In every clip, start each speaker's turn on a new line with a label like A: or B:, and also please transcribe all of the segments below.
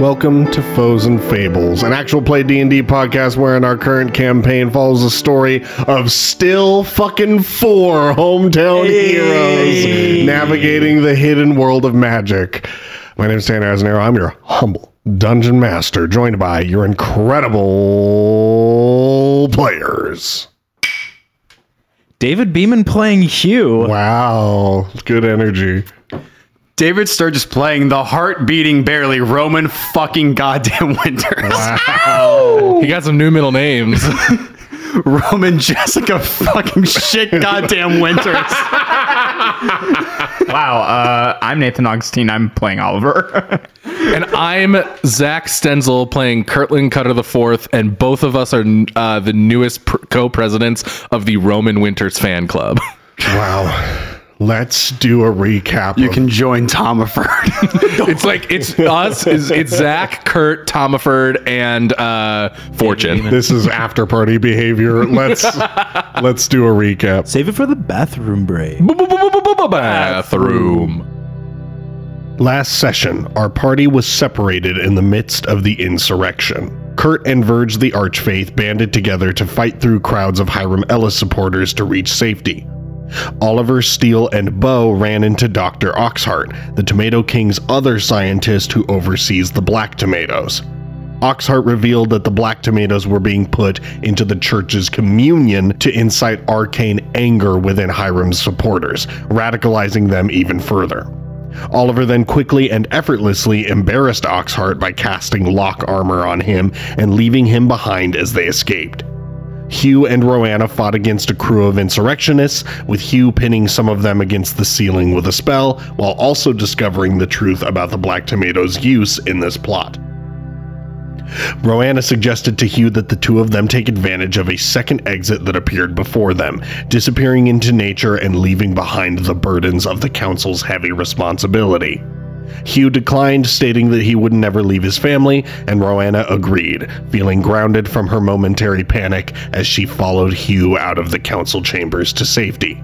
A: Welcome to Foes and Fables, an actual play D&D podcast wherein our current campaign follows the story of still fucking four hometown heroes navigating the hidden world of magic. My name is Tanner Aznero. I'm your humble dungeon master, joined by your incredible players.
B: David Beeman playing Hugh.
A: Wow, good energy.
C: David Sturgis playing the heart beating barely Roman fucking goddamn Winters.
D: He got some new middle names.
C: Roman Jessica fucking shit goddamn Winters. wow. Uh, I'm Nathan Augustine. I'm playing Oliver.
D: and I'm Zach Stenzel playing Kirtland Cutter the Fourth, and both of us are uh, the newest pr- co-presidents of the Roman Winters fan club.
A: Wow. Let's do a recap.
C: you
A: of-
C: can join Tomiford.
D: it's like it's us, it's, it's Zach, Kurt, Tomiford, and uh, Fortune.
A: this is after party behavior. Let's let's do a recap.
B: Save it for the bathroom break.
D: Bathroom.
A: Last session, our party was separated in the midst of the insurrection. Kurt and Verge the Archfaith banded together to fight through crowds of Hiram Ellis supporters to reach safety. Oliver, Steele, and Bo ran into Dr. Oxhart, the Tomato King's other scientist who oversees the black tomatoes. Oxhart revealed that the black tomatoes were being put into the church's communion to incite arcane anger within Hiram's supporters, radicalizing them even further. Oliver then quickly and effortlessly embarrassed Oxhart by casting lock armor on him and leaving him behind as they escaped. Hugh and Roanna fought against a crew of insurrectionists, with Hugh pinning some of them against the ceiling with a spell, while also discovering the truth about the Black Tomato's use in this plot. Roanna suggested to Hugh that the two of them take advantage of a second exit that appeared before them, disappearing into nature and leaving behind the burdens of the Council's heavy responsibility. Hugh declined, stating that he would never leave his family, and Roanna agreed, feeling grounded from her momentary panic as she followed Hugh out of the council chambers to safety.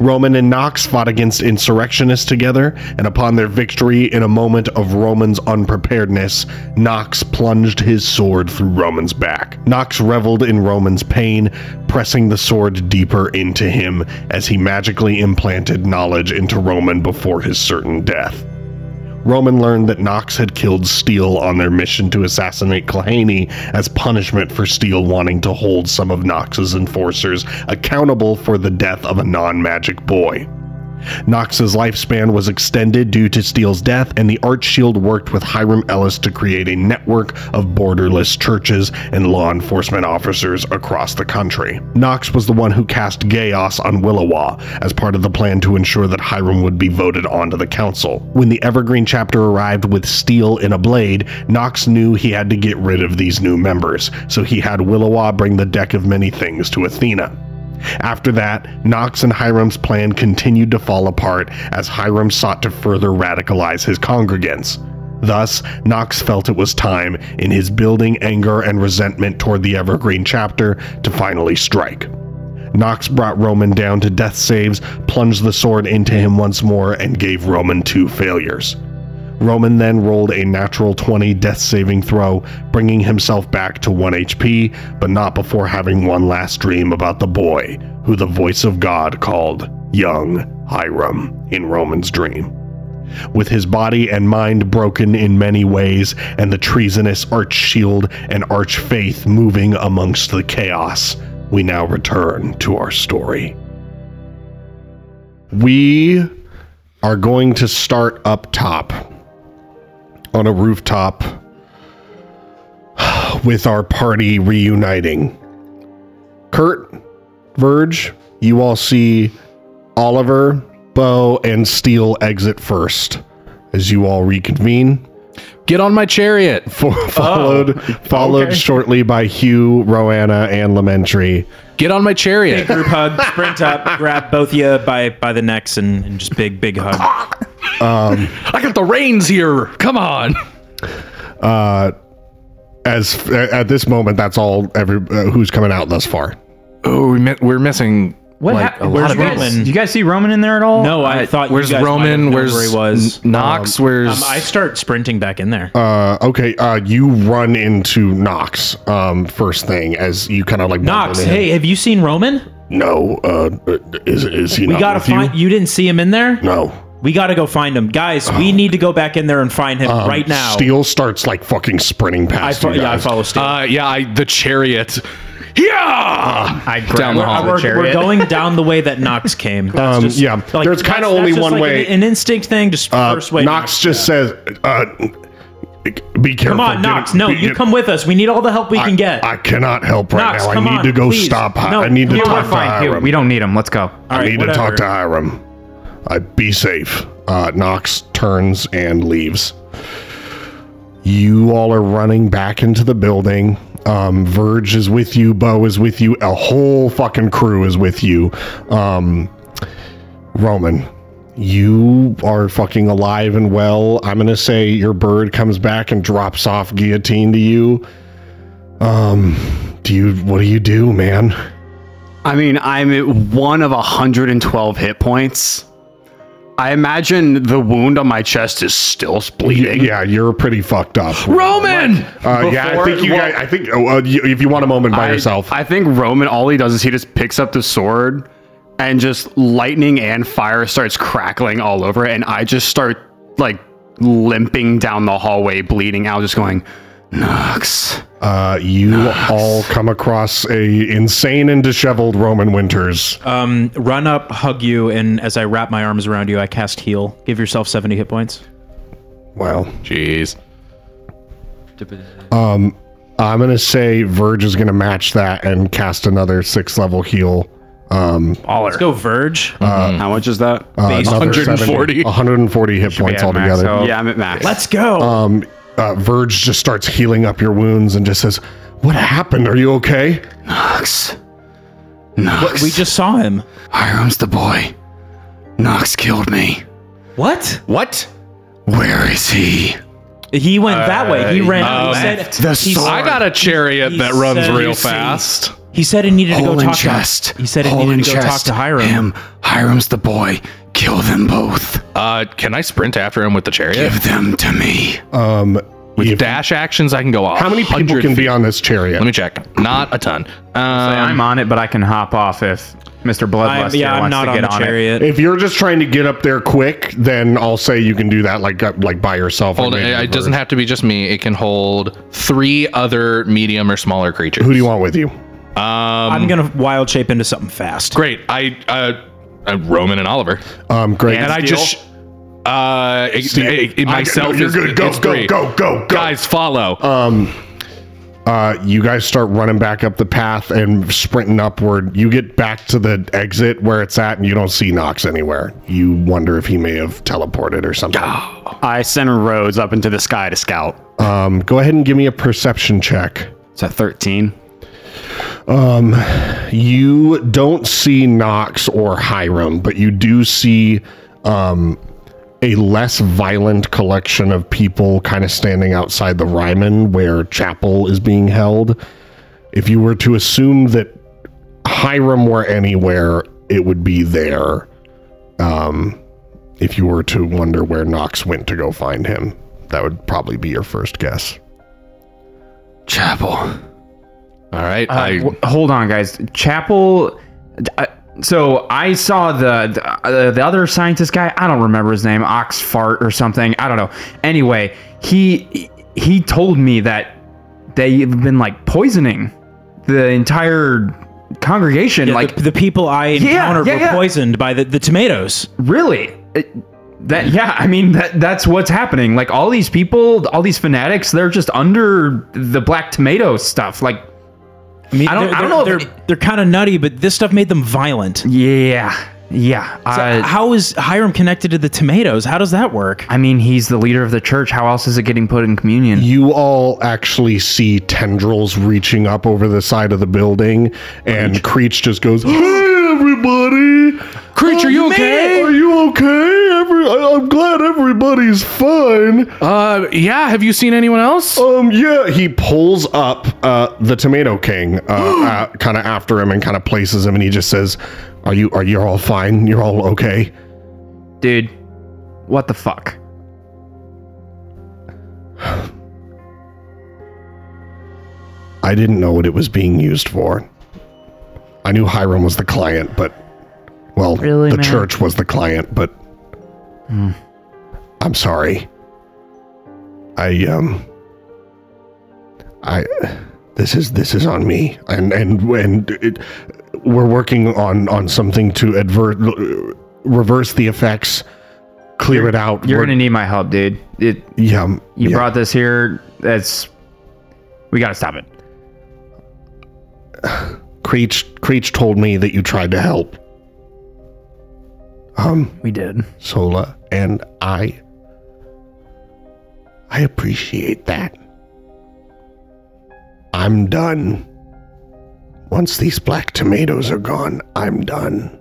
A: Roman and Knox fought against insurrectionists together, and upon their victory in a moment of Roman's unpreparedness, Knox plunged his sword through Roman's back. Knox reveled in Roman's pain, pressing the sword deeper into him as he magically implanted knowledge into Roman before his certain death. Roman learned that Knox had killed Steele on their mission to assassinate Clahaney as punishment for Steele wanting to hold some of Knox's enforcers accountable for the death of a non magic boy. Knox's lifespan was extended due to Steele's death, and the Arch Shield worked with Hiram Ellis to create a network of borderless churches and law enforcement officers across the country. Knox was the one who cast Gaos on Willowa as part of the plan to ensure that Hiram would be voted onto the council. When the Evergreen chapter arrived with Steele in a blade, Knox knew he had to get rid of these new members, so he had Willowa bring the deck of many things to Athena. After that, Knox and Hiram's plan continued to fall apart as Hiram sought to further radicalize his congregants. Thus, Knox felt it was time, in his building anger and resentment toward the Evergreen chapter, to finally strike. Knox brought Roman down to death saves, plunged the sword into him once more, and gave Roman two failures. Roman then rolled a natural 20 death saving throw, bringing himself back to 1 HP, but not before having one last dream about the boy, who the voice of God called Young Hiram in Roman's dream. With his body and mind broken in many ways, and the treasonous Arch Shield and Arch Faith moving amongst the chaos, we now return to our story. We are going to start up top on a rooftop with our party reuniting. Kurt, Verge, you all see Oliver, Bo, and Steele exit first as you all reconvene.
D: Get on my chariot.
E: Oh,
A: Fo- followed followed shortly by Hugh, Roanna, and Lamentry.
D: Get on my chariot.
E: Group hug, sprint up, grab both of you by, by the necks and, and just big, big hug.
D: I got the reins here. Come on.
A: As at this moment, that's all. Every uh, who's coming out thus far.
D: Oh, we mi- we're missing
C: What
D: like
C: hap-
D: a
C: where's
D: lot of
C: you guys,
E: Roman.
C: Do you guys see Roman in there at all?
E: No, I thought.
D: Where's
E: you guys might have
D: Roman?
E: known
D: Where's
E: where he was?
D: N- Knox?
E: Um,
D: where's
E: I start sprinting back in there.
A: Uh, okay, uh, you run into Knox um, first thing as you kind of like
E: Knox,
A: bumble in.
E: hey, have you seen Roman?
A: No, uh, is is he?
E: We
A: not
E: gotta
A: with you?
E: find. You? didn't see him in there.
A: No, Oh.
E: We gotta go find him, guys. we need to go back in there and find him
A: Um,
E: right now.
A: Steel starts like fucking sprinting
E: I
A: past
E: fo-
A: you
E: yeah, I
A: guys.
E: follow Steve.
D: uh, yeah, I, the chariot. Yeah,
C: I grab
D: Down the
A: uh,
D: hall.
C: the
E: we're,
C: chariot.
E: we're going down the way that Knox came. That's
A: Um, yeah. There's kinda
E: that's-
A: only
E: that's just
A: one
E: like
A: way.
E: An, an instinct thing, just
A: Uh,
E: first way.
A: Knox just says, uh, "Be careful."
E: Come on,
A: get
E: Knox.
A: him-
E: No,
A: be-
E: you
A: get-
E: come with us. We need all the help we
A: I,
E: can get.
A: I cannot help right
E: Knox,
A: now. I
E: come
A: need
E: on,
A: to go
E: please.
A: stop. Hi-
E: No,
A: I need to
E: we're
A: talk to
C: Fine, dude,
A: Hiram.
C: we don't need him. Let's go.
E: All
A: I
E: right,
A: need to
E: whatever.
A: talk to Hiram. Uh, be safe. Uh, Knox turns and leaves. You all are running back into the building. Um, Verge is with you. Bo is with you. A whole fucking crew is with you. Um, Roman, you are fucking alive and well. I'm gonna say your bird comes back and drops off guillotine to you. Um, do you? What do you do, man?
C: I mean, I'm at one of 112 hit points. I imagine the wound on my chest is still bleeding.
A: Yeah, you're pretty fucked up.
D: Roman. Oh,
A: Uh, yeah, I
C: Before-
A: think you
C: well-
A: guys. I think oh, uh, you, if you want a moment by
C: I,
A: yourself,
C: I think Roman, all he does is he just picks up the sword and just lightning and fire starts crackling all over it. And I just start like limping down the hallway, bleeding out, just going, Knox.
A: uh, you all come across a insane and disheveled Roman Winters.
D: Uh,
E: Um, run up, hug you, and as I wrap my arms around you, I cast heal. Give yourself seventy hit points.
A: well,
D: Jeez.
A: I'm gonna say Verge is gonna match that and cast another six level heal. Um,
E: Let's go, Verge.
C: How much is that?
A: uh, another
D: 140.
A: 70 140 hit points altogether.
C: yeah, I'm at max.
E: Let's go.
A: Um, uh, Verge just starts healing up your wounds and just says, "What happened? Are you okay?"
C: Knox. Knox.
E: we just saw him.
C: Hiram's the boy. Knox killed me.
E: What?
D: What?
C: Where is he?
E: He went that way.
F: Uh,
E: He ran.
D: oh,
E: he said,
C: the
E: he,
C: sword.
D: I got a chariot
E: He
D: that runs
E: said-
D: real
E: You see.
D: fast.
E: he said he needed to go
C: Hole in
E: talk
C: chest.
E: to. He said he
C: Hole in
E: needed to go talk
C: chest.
E: to Hiram.
C: Him. Hiram's the boy. Kill them both.
D: Uh, can I sprint after him with the chariot?
C: Give them to me.
A: Um,
D: With
A: if-
D: dash actions, I can go off.
A: how many people can be on this chariot?
D: Let me check. Not a ton. Um,
F: I'm on it, but I can hop off if Mr.
E: I'm,
F: Bloodlust
E: yeah, I'm
F: wants
E: not
F: to
E: on
F: get
E: the
F: on, it.
E: chariot.
A: If you're just trying to get up there quick, then I'll say you can do that like uh, like by yourself.
D: hold it. It doesn't have to be just me. It can hold three other medium or smaller creatures.
A: Who do you want with you?
E: Um, I'm gonna wild shape into something fast.
D: Great. I uh, uh, Roman and Oliver.
A: Um, great.
D: And I
C: Steel?
D: just uh, it- it- it- myself.
A: I, no, you're
D: is-
A: good. Go
D: it's
A: go,
D: three.
A: go go go
D: Guys, follow.
A: Uh, you guys start running back up the path and sprinting upward. You get back to the exit where it's at, and you don't see Knox anywhere. You wonder if he may have teleported or something.
C: I send Rhodes up into the sky to scout.
A: Um, go ahead and give me a perception check.
C: It's a 13.
A: You don't see Knox or Hiram, but you do see um, a less violent collection of people kind of standing outside the Ryman where chapel is being held. If you were to assume that Hiram were anywhere, it would be there. Um, if you were to wonder where Knox went to go find him, that would probably be your first guess.
C: Chapel.
D: All right.
F: Uh,
D: I,
F: w- hold on, guys. Chapel. I- so I saw the the, uh, the other scientist guy. I don't remember his name, Oxfart or something. I don't know. Anyway, he he told me that they've been like poisoning the entire congregation.
E: Yeah,
F: like
E: the, the people I encountered
F: yeah,
E: were
F: yeah.
E: poisoned by the, the tomatoes.
F: really It- that yeah i mean that that's what's happening like all these people all these fanatics they're just under the black tomato stuff like
E: mean,
F: I don't-
E: they're,
F: I
E: they're-
F: don't know if-
E: They're, they're kind of nutty, but this stuff made them violent.
F: yeah yeah uh,
E: How is Hiram connected to the tomatoes? How does that work?
F: i mean he's the leader of the church how else is it getting put in communion
A: you all actually see tendrils reaching up over the side of the building, and Creech just goes, "Hey, everybody! Creech,
D: are you okay?
A: Are you okay? Every, I, I'm glad everybody's fine.
D: uh, yeah. Have you seen anyone else?
A: Um, yeah." He pulls up uh, the Tomato King, uh, uh, kind of after him, and kind of places him, and he just says, Are you are you all fine? You're all okay?
F: Dude, what the fuck?
A: I didn't know what it was being used for. I knew Hiram was the client, but well,
F: Really,
A: the
F: man? Hmm.
A: church was the client, but I'm sorry. I um I this is this is on me. And and and it, we're working on on something to advert reverse the effects, clear it out.
F: You're
A: We're-
F: gonna need my help, dude. It
A: yeah, um,
F: you
A: yeah.
F: brought this here. That's we gotta stop it.
A: Creech Creech told me that you tried to help. Um,
F: We did.
A: Sola and I I appreciate that. I'm done. Once these black tomatoes are gone, I'm done.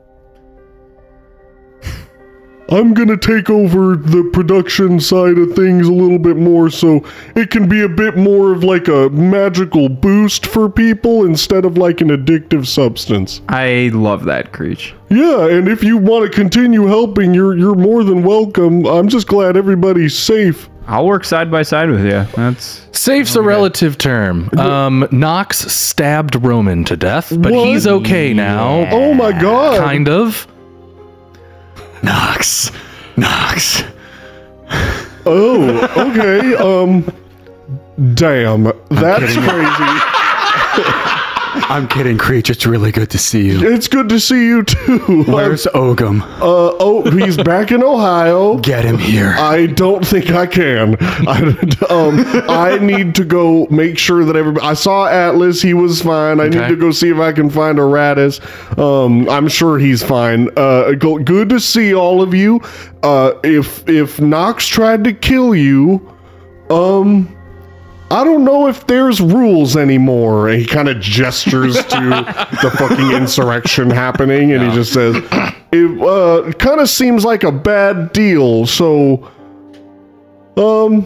A: I'm going to take over the production side of things a little bit more so it can be a bit more of like a magical boost for people instead of like an addictive substance.
F: I love that Creech.
A: Yeah, and if you want to continue helping, you're you're more than welcome. I'm just glad everybody's safe.
F: I'll work side by side with you. That's
D: Safe's a relative term. Um, Knox stabbed Roman to death, but
A: What?
D: he's okay now.
A: Oh my god.
D: Kind of.
C: Knox. Knox.
A: Oh, okay. Um damn. That's crazy.
C: I'm kidding, Creech. It's really good to see you.
A: It's good to see you too.
C: Where's Ogum?
A: Uh oh, he's back in Ohio.
C: Get him here.
A: I don't think I can. I, um, I need to go make sure that everybody. I saw Atlas; he was fine. I need
D: Okay.
A: to go see if I can find Aratus. Um, I'm sure he's fine. Uh, go, good to see all of you. Uh, if if Knox tried to kill you, um. I don't know if there's rules anymore. And he kind of gestures to the fucking insurrection happening, and he just says, "It uh, kind of seems like a bad deal." So, um,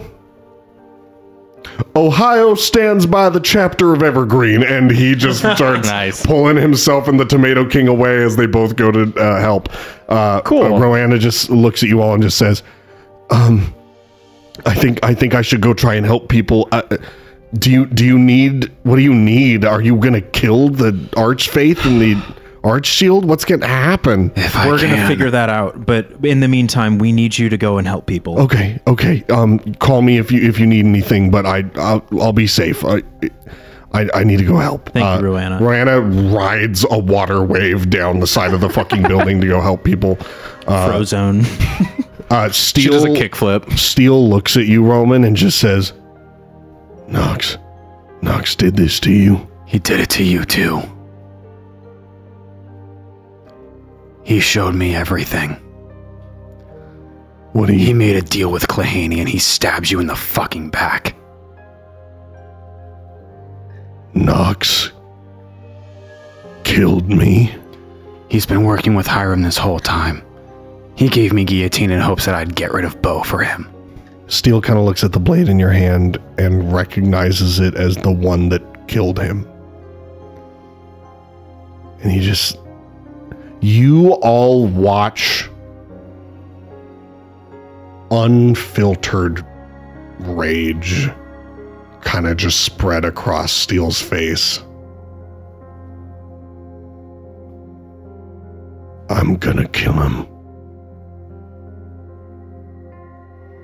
A: Ohio stands by the chapter of Evergreen, and he just starts pulling himself and the Tomato King away as they both go to uh, help. Uh, cool. Roanna just looks at you all and just says, um, I think I think I should go try and help people. Uh, do you do you need what do you need? Are you gonna kill the archfaith and the arch shield? What's gonna happen?
C: if I
E: We're
C: can.
E: gonna figure that out, but in the meantime, we need you to go and help people.
F: Oh,
A: Okay, okay. Um, call me if you if you need anything, but I I'll, I'll be safe. I, I I need to go help.
E: Thank you,
F: uh,
E: Roanna.
A: Roanna rides a water wave down the side of the fucking building to go help people. Uh,
E: Frozone.
A: uh,
D: She
A: Steel
D: does a kickflip.
A: Steele looks at you, Roman, and just says, "Knox, Knox did this to you."
C: He did it to you too. He showed me everything.
A: What do you
C: He made a deal with Clahaney and he stabbed you in the fucking back.
A: Knox killed me.
C: He's been working with Hiram this whole time. He gave me guillotine in hopes that I'd get rid of Bo for him.
A: Steele kind of looks at the blade in your hand and recognizes it as the one that killed him. And he just. You all watch unfiltered rage kind of just spread across Steele's face. I'm gonna kill him.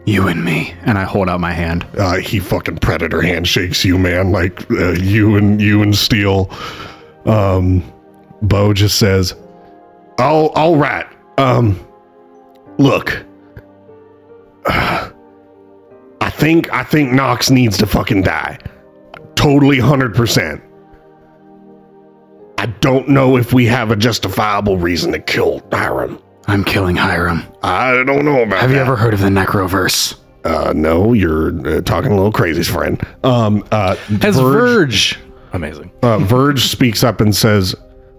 C: You and me. And I hold out my hand.
A: uh, he fucking predator handshakes you, man. Like uh, you and you and Steel. Um, Bo just says, "All all right. Um, look, uh, I think I think Knox needs to fucking die. Totally hundred percent. I don't know if we have a justifiable reason to kill Hiram.
C: I'm killing Hiram.
A: I don't know about
C: Have
A: that.
C: you ever heard of the Necroverse?
A: Uh, no, you're uh, talking a little crazy, friend. Um, uh,
D: Has
A: Verge,
D: Verge. Amazing.
A: uh, Verge speaks up and says,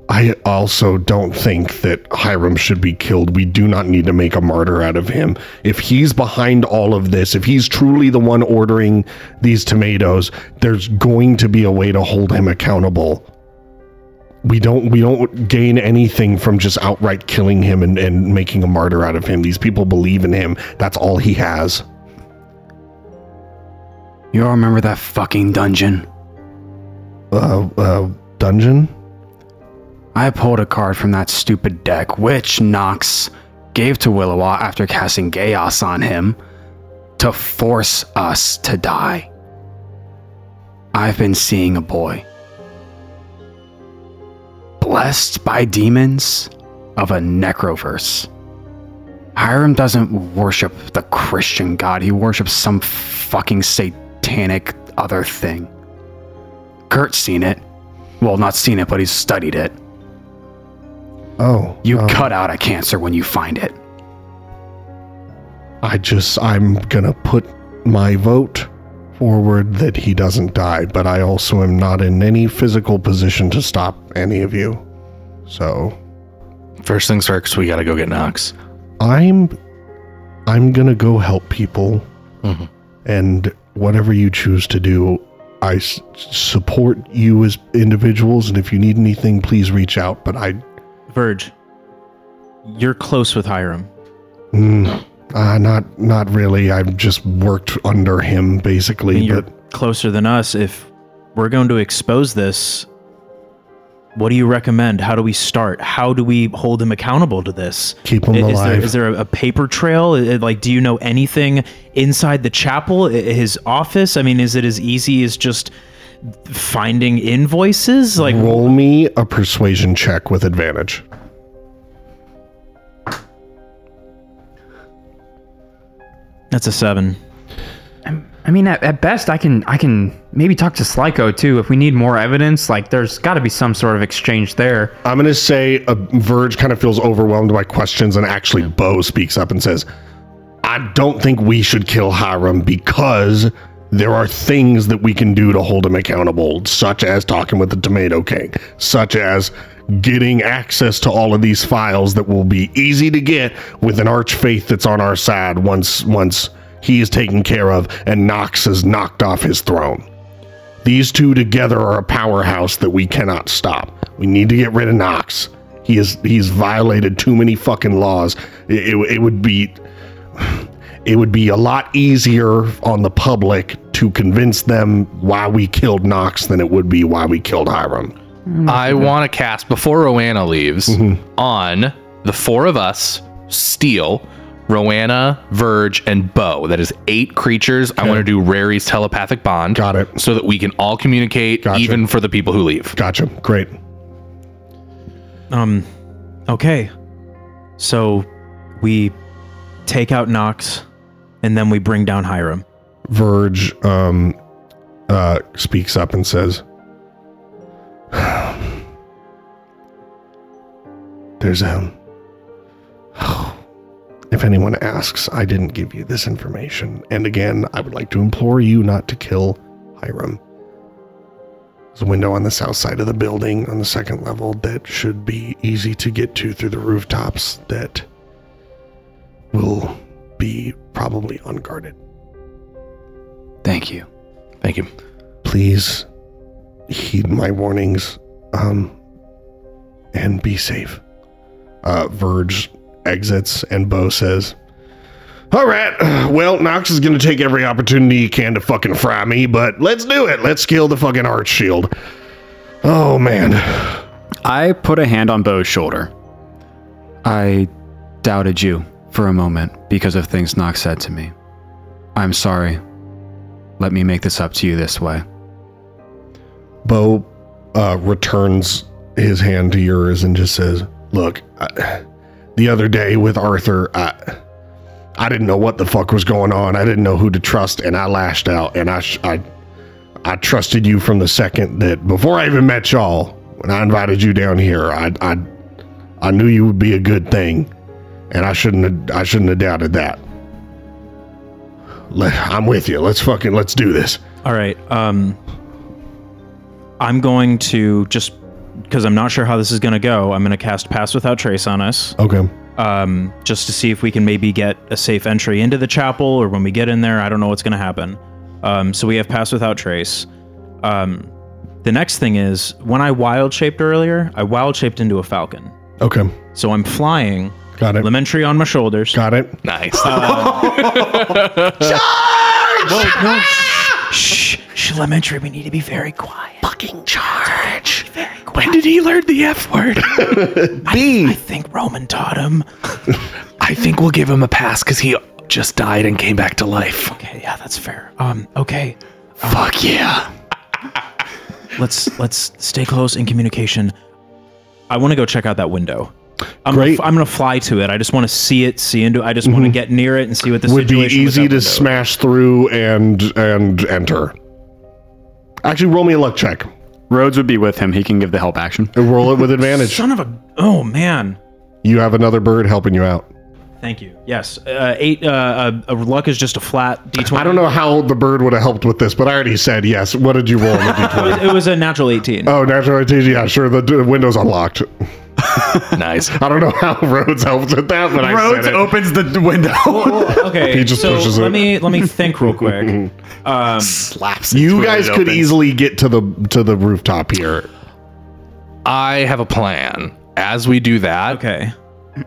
A: I also don't think that Hiram should be killed. We do not need to make a martyr out of him. If he's behind all of this, if he's truly the one ordering these tomatoes, there's going to be a way to hold him accountable. we don't we don't gain anything from just outright killing him and, and making a martyr out of him. These people believe in him. That's all he has.
C: You all remember that fucking dungeon?
A: Uh, uh dungeon?
C: I pulled a card from that stupid deck, which Nox gave to Willowa after casting Chaos on him to force us to die. I've been seeing a boy. Blessed by demons of a necroverse. Hiram doesn't worship the Christian God, he worships some fucking satanic other thing. Kurt's seen it. Well, not seen it, but he's studied it.
A: Oh.
C: You cut out a cancer when you find it.
A: I just I'm gonna put my vote forward that he doesn't die, but I also am not in any physical position to stop any of you. So
D: First things first, we gotta go get Knox.
A: I'm I'm gonna go help people,
E: Mm-hmm.
A: and whatever you choose to do, I s- support you as individuals. And if you need anything, please reach out. But I,
E: Verge, you're close with Hiram.
A: mm, uh, not not really. I've just worked under him
E: I mean,
A: basically.
E: you're
A: But
E: closer than us. If we're going to expose this, what do you recommend? How do we start? How do we hold him accountable to this?
A: keep him
E: I- is
A: alive.
E: There, is there a, a paper trail? I- I- Like, do you know anything inside the chapel, I- his office? I mean, is it as easy as just finding invoices? Like,
A: Roll me a persuasion check with advantage.
E: that's a seven.
F: I mean, at, at best, I can I can maybe talk to Slyko too if we need more evidence. Like, there's got to be some sort of exchange there.
A: I'm gonna say a Verge kind of feels overwhelmed by questions, and actually Bo speaks up and says, "I don't think we should kill Hiram because there are things that we can do to hold him accountable, such as talking with the Tomato King, such as getting access to all of these files that will be easy to get with an Archfaith that's on our side once once he is taken care of and Knox is knocked off his throne." These two together are a powerhouse that we cannot stop. We need to get rid of Knox. He is he's violated too many fucking laws. It, it, it would be it would be a lot easier on the public to convince them why we killed Knox than it would be why we killed Hiram.
D: I want to cast before Rowanna leaves
A: Mm-hmm.
D: on the four of us, Steel, Rowanna, Verge, and Bo. That is eight creatures. I want to do Rary's telepathic bond.
A: Got it.
D: So that we can all communicate,
A: Gotcha.
D: even for the people who leave.
A: Gotcha. Great.
E: Um, okay. So we take out Knox and then we bring down Hiram.
A: Verge um, uh, speaks up and says, "There's um, if anyone asks, I didn't give you this information. And again, I would like to implore you not to kill Hiram. There's a window on the south side of the building, on the second level, that should be easy to get to through the rooftops. That will be probably unguarded."
C: Thank you.
D: Thank you.
A: please heed my warnings um and be safe uh verge exits and bo says all right well knox is gonna take every opportunity he can to fucking fry me but let's do it let's kill the fucking arch shield oh man
C: I put a hand on Bo's shoulder. I doubted you for a moment because of things Nox said to me. I'm sorry. Let me make this up to you this way.
A: bo uh returns his hand to yours and just says look I, the other day with arthur i I didn't know what the fuck was going on. I didn't know who to trust, and I lashed out. And I, sh- I, I trusted you from the second that before I even met y'all. When I invited you down here, I, I, I knew you would be a good thing, and I shouldn't, have, I shouldn't have doubted that. Let, I'm with you. Let's fucking let's do this.
E: All right. Um, I'm going to just because I'm not sure how this is going to go. I'm going to cast Pass Without Trace on us,
A: Okay.
E: um, just to see if we can maybe get a safe entry into the chapel, or when we get in there, I don't know what's going to happen. Um, so we have Pass Without Trace. Um, The next thing is when I wild shaped earlier, I wild shaped into a falcon.
A: Okay.
E: So I'm flying,
A: Got it.
E: Lementry on my shoulders.
A: Got it.
D: Nice.
E: Whoa, no, shh, shh, shh, Lementry, we need to be very quiet.
A: Fucking charge. When did he learn the F word?
E: I think Roman taught him.
D: I think we'll give him a pass because he just died and came back to life.
E: Okay, yeah, that's fair. Um, okay,
D: Fuck yeah.
E: let's let's stay close in communication. I want to go check out that window. I'm
A: Great. Mm-hmm.
E: Gonna, f- I'm gonna fly to it. I just want to see it, see into. I just want to get near it and see what the
A: Would be
E: situation with
A: easy
E: that
A: to
E: window.
A: smash through and and enter. Actually, roll me a luck check.
C: Rhodes would be with him. He can give the help action.
A: And roll it with advantage.
E: Son of a. Oh man.
A: You have another bird helping you out.
E: Thank you. Yes. Uh, eight. Uh, uh, luck is just a flat d20.
A: I don't know how the bird would have helped with this, but I already said yes. What did you roll? on the d20?
E: It was a natural 18.
A: oh, natural 18. Yeah, sure. The d- window's unlocked.
D: Nice.
A: I don't know how Rhodes helped with that, but I
C: Rhodes
A: said it.
C: opens the window.
E: okay.
A: He just
E: so
A: pushes
E: let
A: it.
E: me let me think real quick. Um,
C: Slaps.
A: You guys could easily get to the to the rooftop here.
D: I have a plan. As we do that,
E: Okay.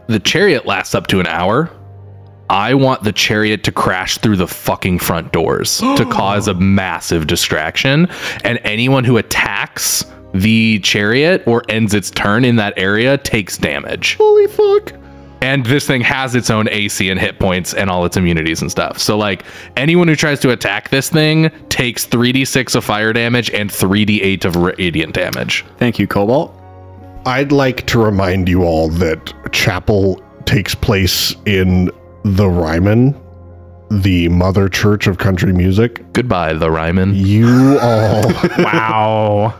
D: the chariot lasts up to an hour. I want the chariot to crash through the fucking front doors to cause a massive distraction. And anyone who attacks the chariot or ends its turn in that area takes damage.
A: Holy fuck!
D: And this thing has its own AC and hit points and all its immunities and stuff. So, like, anyone who tries to attack this thing takes 3d6 of fire damage and 3d8 of radiant damage.
C: Thank you, Cobalt.
A: I'd like to remind you all that chapel takes place in the Ryman, the mother church of country music.
D: Goodbye, the Ryman.
A: You all
F: Wow.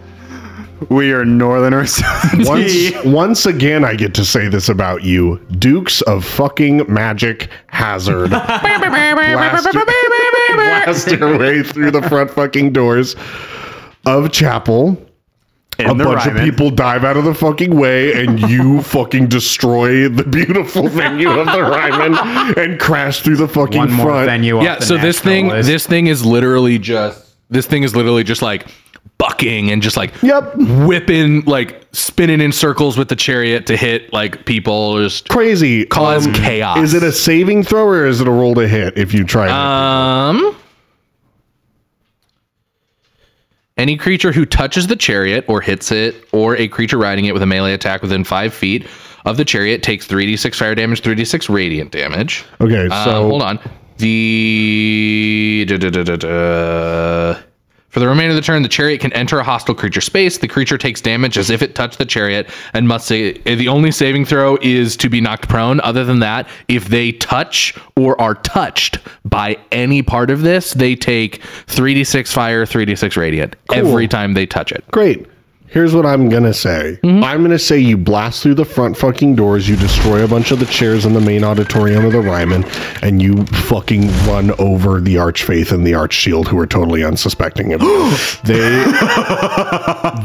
C: We are Northerners.
A: once once again I get to say this about you, Dukes of fucking magic hazard. blast, your, blast your way through the front fucking doors of chapel. a bunch of people dive out of the fucking way and you fucking destroy the beautiful venue of the Ryman and crash through the fucking
F: One more
A: front.
F: venue.
D: yeah so this thing this thing is literally just this thing is literally just like bucking and just like
A: Yep.
D: whipping like spinning in circles with the chariot to hit like people just
A: Crazy. Um,
D: Cause chaos.
A: Is it a saving throw or is it a roll to hit if you try it?
D: um any creature who touches the chariot or hits it or a creature riding it with a melee attack within five feet of the chariot takes 3d6 fire damage 3d6 radiant damage
A: Okay,
D: Uh,
A: so
D: hold on. The da, da, da, da, da. for the remainder of the turn, the chariot can enter a hostile creature space. The creature takes damage as if it touched the chariot and must say the only saving throw is to be knocked prone. Other than that, if they touch or are touched by any part of this, they take three d six fire, three d six radiant every time they touch it.
A: great. Here's what I'm gonna say.
D: Mm-hmm.
A: I'm gonna say you blast through the front fucking doors, you destroy a bunch of the chairs in the main auditorium of the Ryman, and you fucking run over the Archfaith and the Archshield, who are totally unsuspecting of you. they,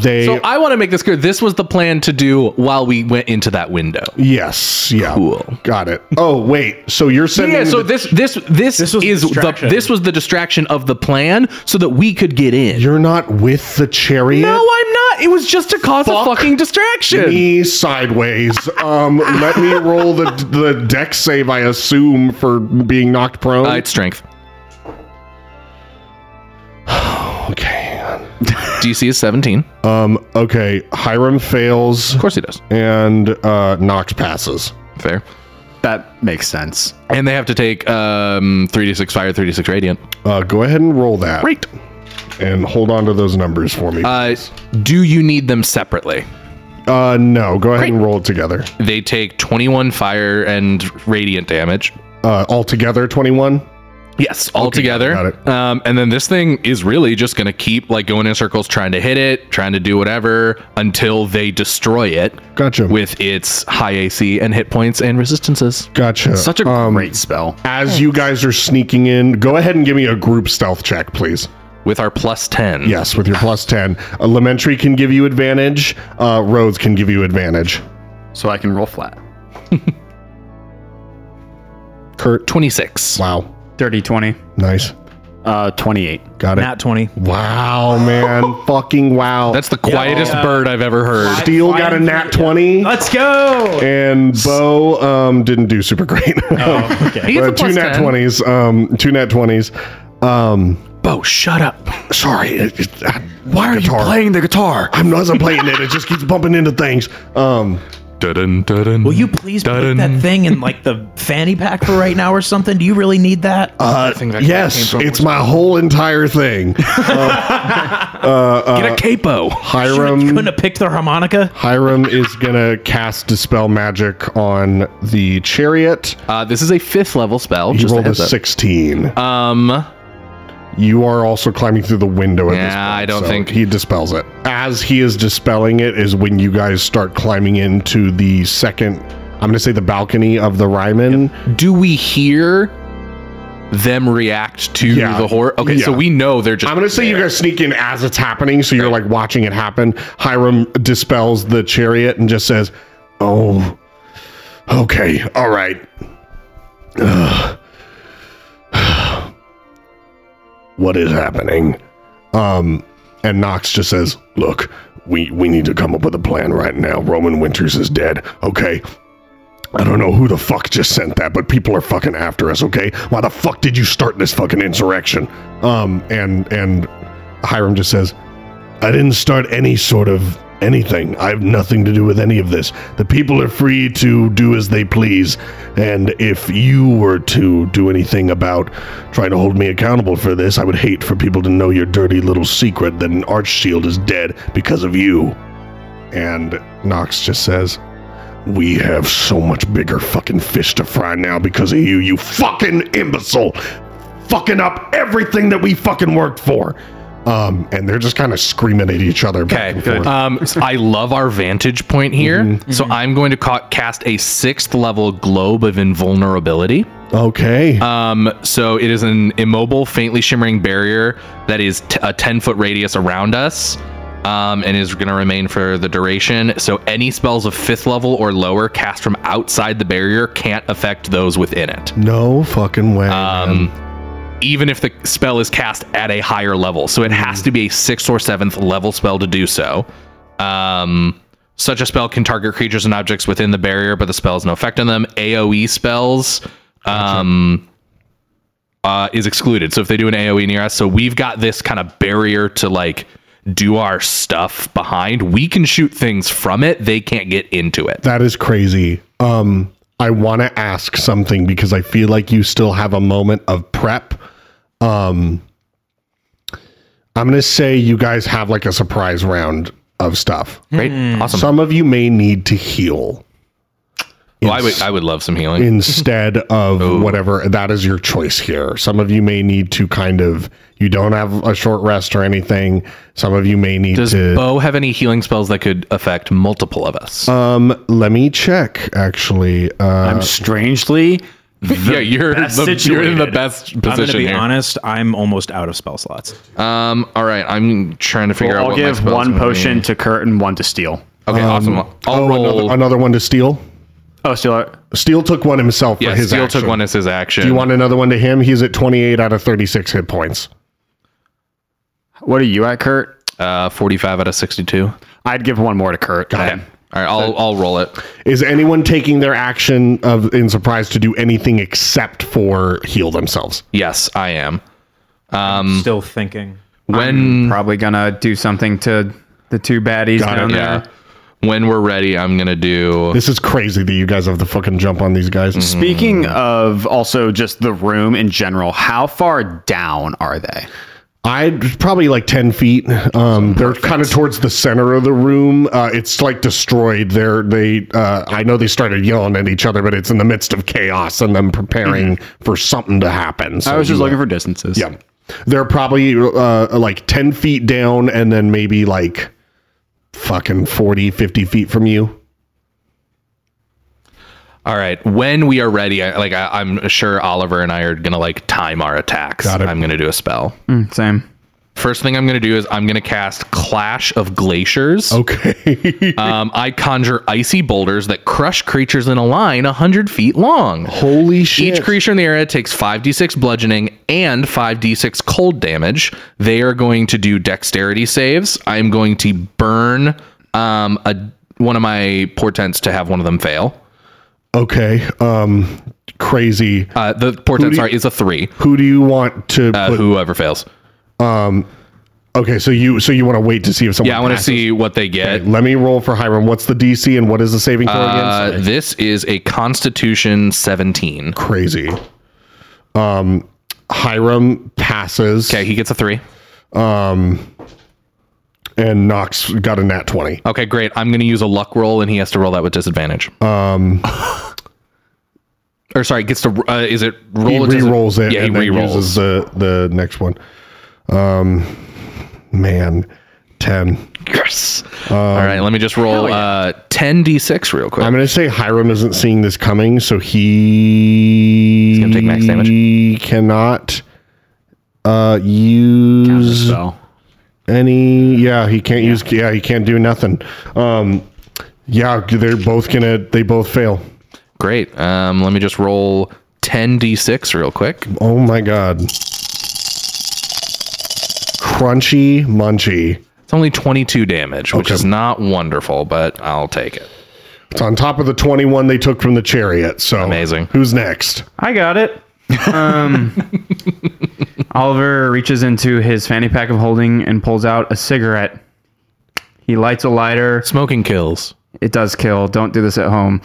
A: they
D: So I want to make this clear. This was the plan to do while we went into that window.
A: Yes. Yeah.
D: Cool.
A: Got it. Oh wait. So you're sending.
D: Yeah, so
A: the-
D: this this this,
E: was
D: is the
E: distraction.
D: this was the distraction of the plan so that we could get in.
A: you're not with the chariot.
D: no, I'm not. It was just to cause a fucking distraction.
A: Me sideways. Um, let me roll the the deck save. I assume for being knocked prone.
D: Uh, it's strength.
A: okay.
D: DC is 17. Of
A: Um. Okay. Hiram fails
D: course he does.
A: and uh, Knox passes.
D: Fair.
C: That makes sense.
D: And they have to take um 3d6 fire, 3d6 radiant.
A: Uh, go ahead and roll that. Great. And hold on to those numbers for me.
D: Uh, do you need them separately?
A: Uh, no. Go ahead and roll it together.
D: They take 21 fire and radiant damage.
A: Uh, altogether twenty one.
D: Yes, all together.
A: got it.
D: Um, and then this thing is really just going to keep like going in circles, trying to hit it, trying to do whatever until they destroy it.
A: Gotcha.
D: with its high AC and hit points and resistances.
A: gotcha. Uh,
C: Such a
A: Um,
C: great spell.
A: As you guys are sneaking in, go ahead and give me a group stealth check, please.
D: With our plus 10.
A: Yes, with your plus 10. Elementary can give you advantage. Uh, Rhodes can give you advantage.
C: So I can roll flat.
A: Kurt.
D: 26.
A: Wow.
F: Dirty 20.
A: Nice.
C: Uh, 28.
A: Got it.
E: Nat 20.
A: wow, man. Fucking wow.
D: That's the quietest bird I've ever heard.
A: Steel got a nat 20.
E: Let's go.
A: And Bo um, didn't do super great.
D: Oh, He gets a
A: But two
D: plus
A: nat
D: 10.
A: 20s. Um, two nat 20s. Um,
D: Bo, shut up.
A: sorry. It, it, I,
C: Why are
A: Guitar.
C: you playing the guitar?
A: I'm not playing it. It just keeps bumping into things. Um,
D: Dun, dun, dun.
E: Will you please put
D: Dun.
E: that thing in like the fanny pack for right now or something? Do you really need that?
A: uh, yes, it's my whole entire thing. Uh,
D: get a capo?
A: Hiram.
E: Couldn't have picked the harmonica.
A: Hiram is gonna cast dispel magic on the chariot.
D: Uh, this is a fifth level spell.
A: He
D: just a
A: rolled a
D: heads up.
A: sixteen.
D: Um,
A: You are also climbing through the window at this point.
D: Yeah, I don't
A: so
D: think-
A: he dispels it. As he is dispelling it, is when you guys start climbing into the second. I'm gonna say the balcony of the Ryman.
D: do we hear them react to
A: Yeah.
D: the horror? Okay, so
A: Yeah.
D: we know they're just.
A: I'm gonna say you guys sneak in as it's happening, so you're like watching it happen. Hiram dispels the chariot and just says, "Oh, okay, all right." Ugh. what is happening? Um, and Knox just says, "Look, we we need to come up with a plan right now. Roman Winters is dead. Okay, I don't know who the fuck just sent that, but people are fucking after us, okay? Why the fuck did you start this fucking insurrection? Um and and Hiram just says, I didn't start any sort of anything. I have nothing to do with any of this. The people are free to do as they please. And if you were to do anything about trying to hold me accountable for this, I would hate for people to know your dirty little secret that an archshield is dead because of you. And Knox just says, we have so much bigger fucking fish to fry now because of you, you fucking imbecile. Fucking up everything that we fucking worked for. Um, and they're just kind of screaming at each other. back
D: Okay,
A: and forth.
D: Um, so I love our vantage point here.
A: Mm-hmm.
D: So I'm going to ca- cast a sixth level globe of invulnerability.
A: okay.
D: Um, so it is an immobile, faintly shimmering barrier that is t- a 10 foot radius around us um, and is going to remain for the duration. So any spells of fifth level or lower cast from outside the barrier can't affect those within it.
A: no fucking way. man.
D: Um, even if the spell is cast at a higher level. So it has to be a sixth or seventh level spell to do so. Um, such a spell can target creatures and objects within the barrier, but the spell has no effect on them. AoE spells um, uh, is excluded. So if they do an AoE near us, so we've got this kind of barrier to like do our stuff behind. We can shoot things from it, they can't get into it.
A: That is crazy. Um, I want to ask something because I feel like you still have a moment of prep. Um, I'm going to say you guys have like a surprise round of stuff.
D: Mm. Great. Awesome.
A: Some of you may need to heal.
D: Well, I would I would love some healing.
A: instead of whatever that is your choice here some of you may need to kind of you don't have a short rest or anything some of you may need
D: Does
A: to
D: Bo have any healing spells that could affect multiple of us?
A: um let me check actually uh
C: I'm strangely.
D: yeah, you're the, you're in the
C: situated.
D: best
E: I'm going to
D: position
E: be
D: here.
E: honest. I'm almost out of spell slots.
D: Um, all right, I'm trying to figure out.
C: I'll
D: what my
C: give
D: spells
C: one
D: gonna be.
C: potion to Kurt and one to Steel.
D: Okay, awesome. I'll
A: oh,
D: roll.
A: another, another one to steal
C: Oh, Steel.
A: steel took one himself
D: yeah,
A: for his
D: Steel
A: action.
D: took one as his action.
A: you want another one to him he's at 28 out of 36 hit points
C: What are you at, Kurt?
D: uh, 45 out of 62? Okay.
C: I'd give one more to Kurt.
D: All
C: then.
D: right, I'll I'll roll it.
A: is anyone taking their action of in surprise to do anything except for heal themselves
D: Yes, I am. Um,
E: Still thinking.
D: When
F: Probably gonna do something to the two baddies
A: Got it,
F: down there.
D: yeah, when we're ready, I'm gonna do.
A: this is crazy that you guys have to fucking jump on these guys
C: Mm-hmm. Speaking of also just the room in general, how far down are they?
A: I'd probably like 10 feet. Um, they're kind of towards the center of the room. Uh, it's like destroyed. They're, they, uh, I know they started yelling at each other, but it's in the midst of chaos and them preparing for something to happen. So
C: I was just
A: you-
C: looking for distances.
A: yeah. They're probably uh, like 10 feet down and then maybe like fucking 40, 50 feet from you.
D: All right, when we are ready, I, like I, I'm sure Oliver and I are gonna like time our attacks.
A: Got it.
D: I'm gonna do a spell.
F: Mm, same.
D: First thing I'm going to do is I'm going to cast Clash of Glaciers.
A: Okay.
D: Um, I conjure icy boulders that crush creatures in a line 100 feet long.
A: Holy shit.
D: Each creature in the area takes 5d6 bludgeoning and 5d6 cold damage. They are going to do dexterity saves. I'm going to burn um, a, one of my portents to have one of them fail.
A: Okay. Um crazy.
D: Uh, the portent, sorry, is a three.
A: Who do you want to
D: Uh,
A: put
D: whoever fails.
A: Okay, so you so you want to wait to see if someone
D: Yeah, I want to
A: passes.
D: see what they get.
A: Let me roll for Hiram. What's the DC and what is the saving throw
D: Uh,
A: again? Sorry.
D: this is a Constitution 17.
A: Crazy. Um Hiram passes
D: Okay, he gets a three.
A: and Knox got a nat 20.
D: Okay, great. I'm going to use a luck roll, and he has to roll that with disadvantage. Um, or sorry, gets to uh, is it roll?
A: He
D: or dis-
A: re-rolls it
D: Yeah, he
A: and then
D: re-rolls.
A: uses the the next one. Um man, 10.
D: Yes.
A: Um,
D: All right, let me just roll uh, 10d6 real quick.
A: I'm going to say Hiram isn't seeing this coming, so he
D: gonna take max damage.
A: He cannot uh, use any. Yeah, he can't use. Yeah, he can't do nothing. Um, yeah, they're both gonna. They both fail.
D: Great. Um, let me just roll 10d6 real quick.
A: Oh my god. Crunchy munchy.
D: It's only 22 damage, which
A: Okay.
D: is not wonderful, but I'll take it.
A: It's on top of the 21 they took from the chariot. So
D: Amazing.
A: Who's next?
F: I got it. Um, Oliver reaches into his fanny pack of holding and pulls out a cigarette. He lights a lighter.
D: Smoking kills.
F: It does kill. Don't do this at home.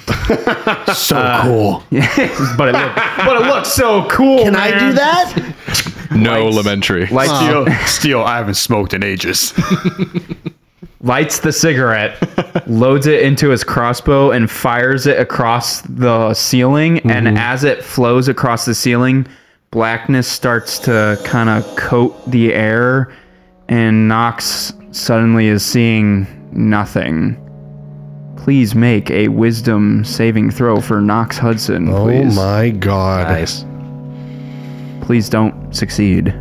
A: So
D: Uh,
A: cool.
F: But it, look, but it looks so cool. Can I do that?
D: No elementary.
F: Lights,
C: Steel, steel. I haven't smoked in ages.
F: lights the cigarette, loads it into his crossbow, and fires it across the ceiling.
A: Mm-hmm.
F: And as it flows across the ceiling, blackness starts to kind of coat the air. And Knox suddenly is seeing nothing. Please make a wisdom saving throw for Knox Hudson,
A: Oh
F: please.
A: my god.
D: Nice.
F: Please don't succeed.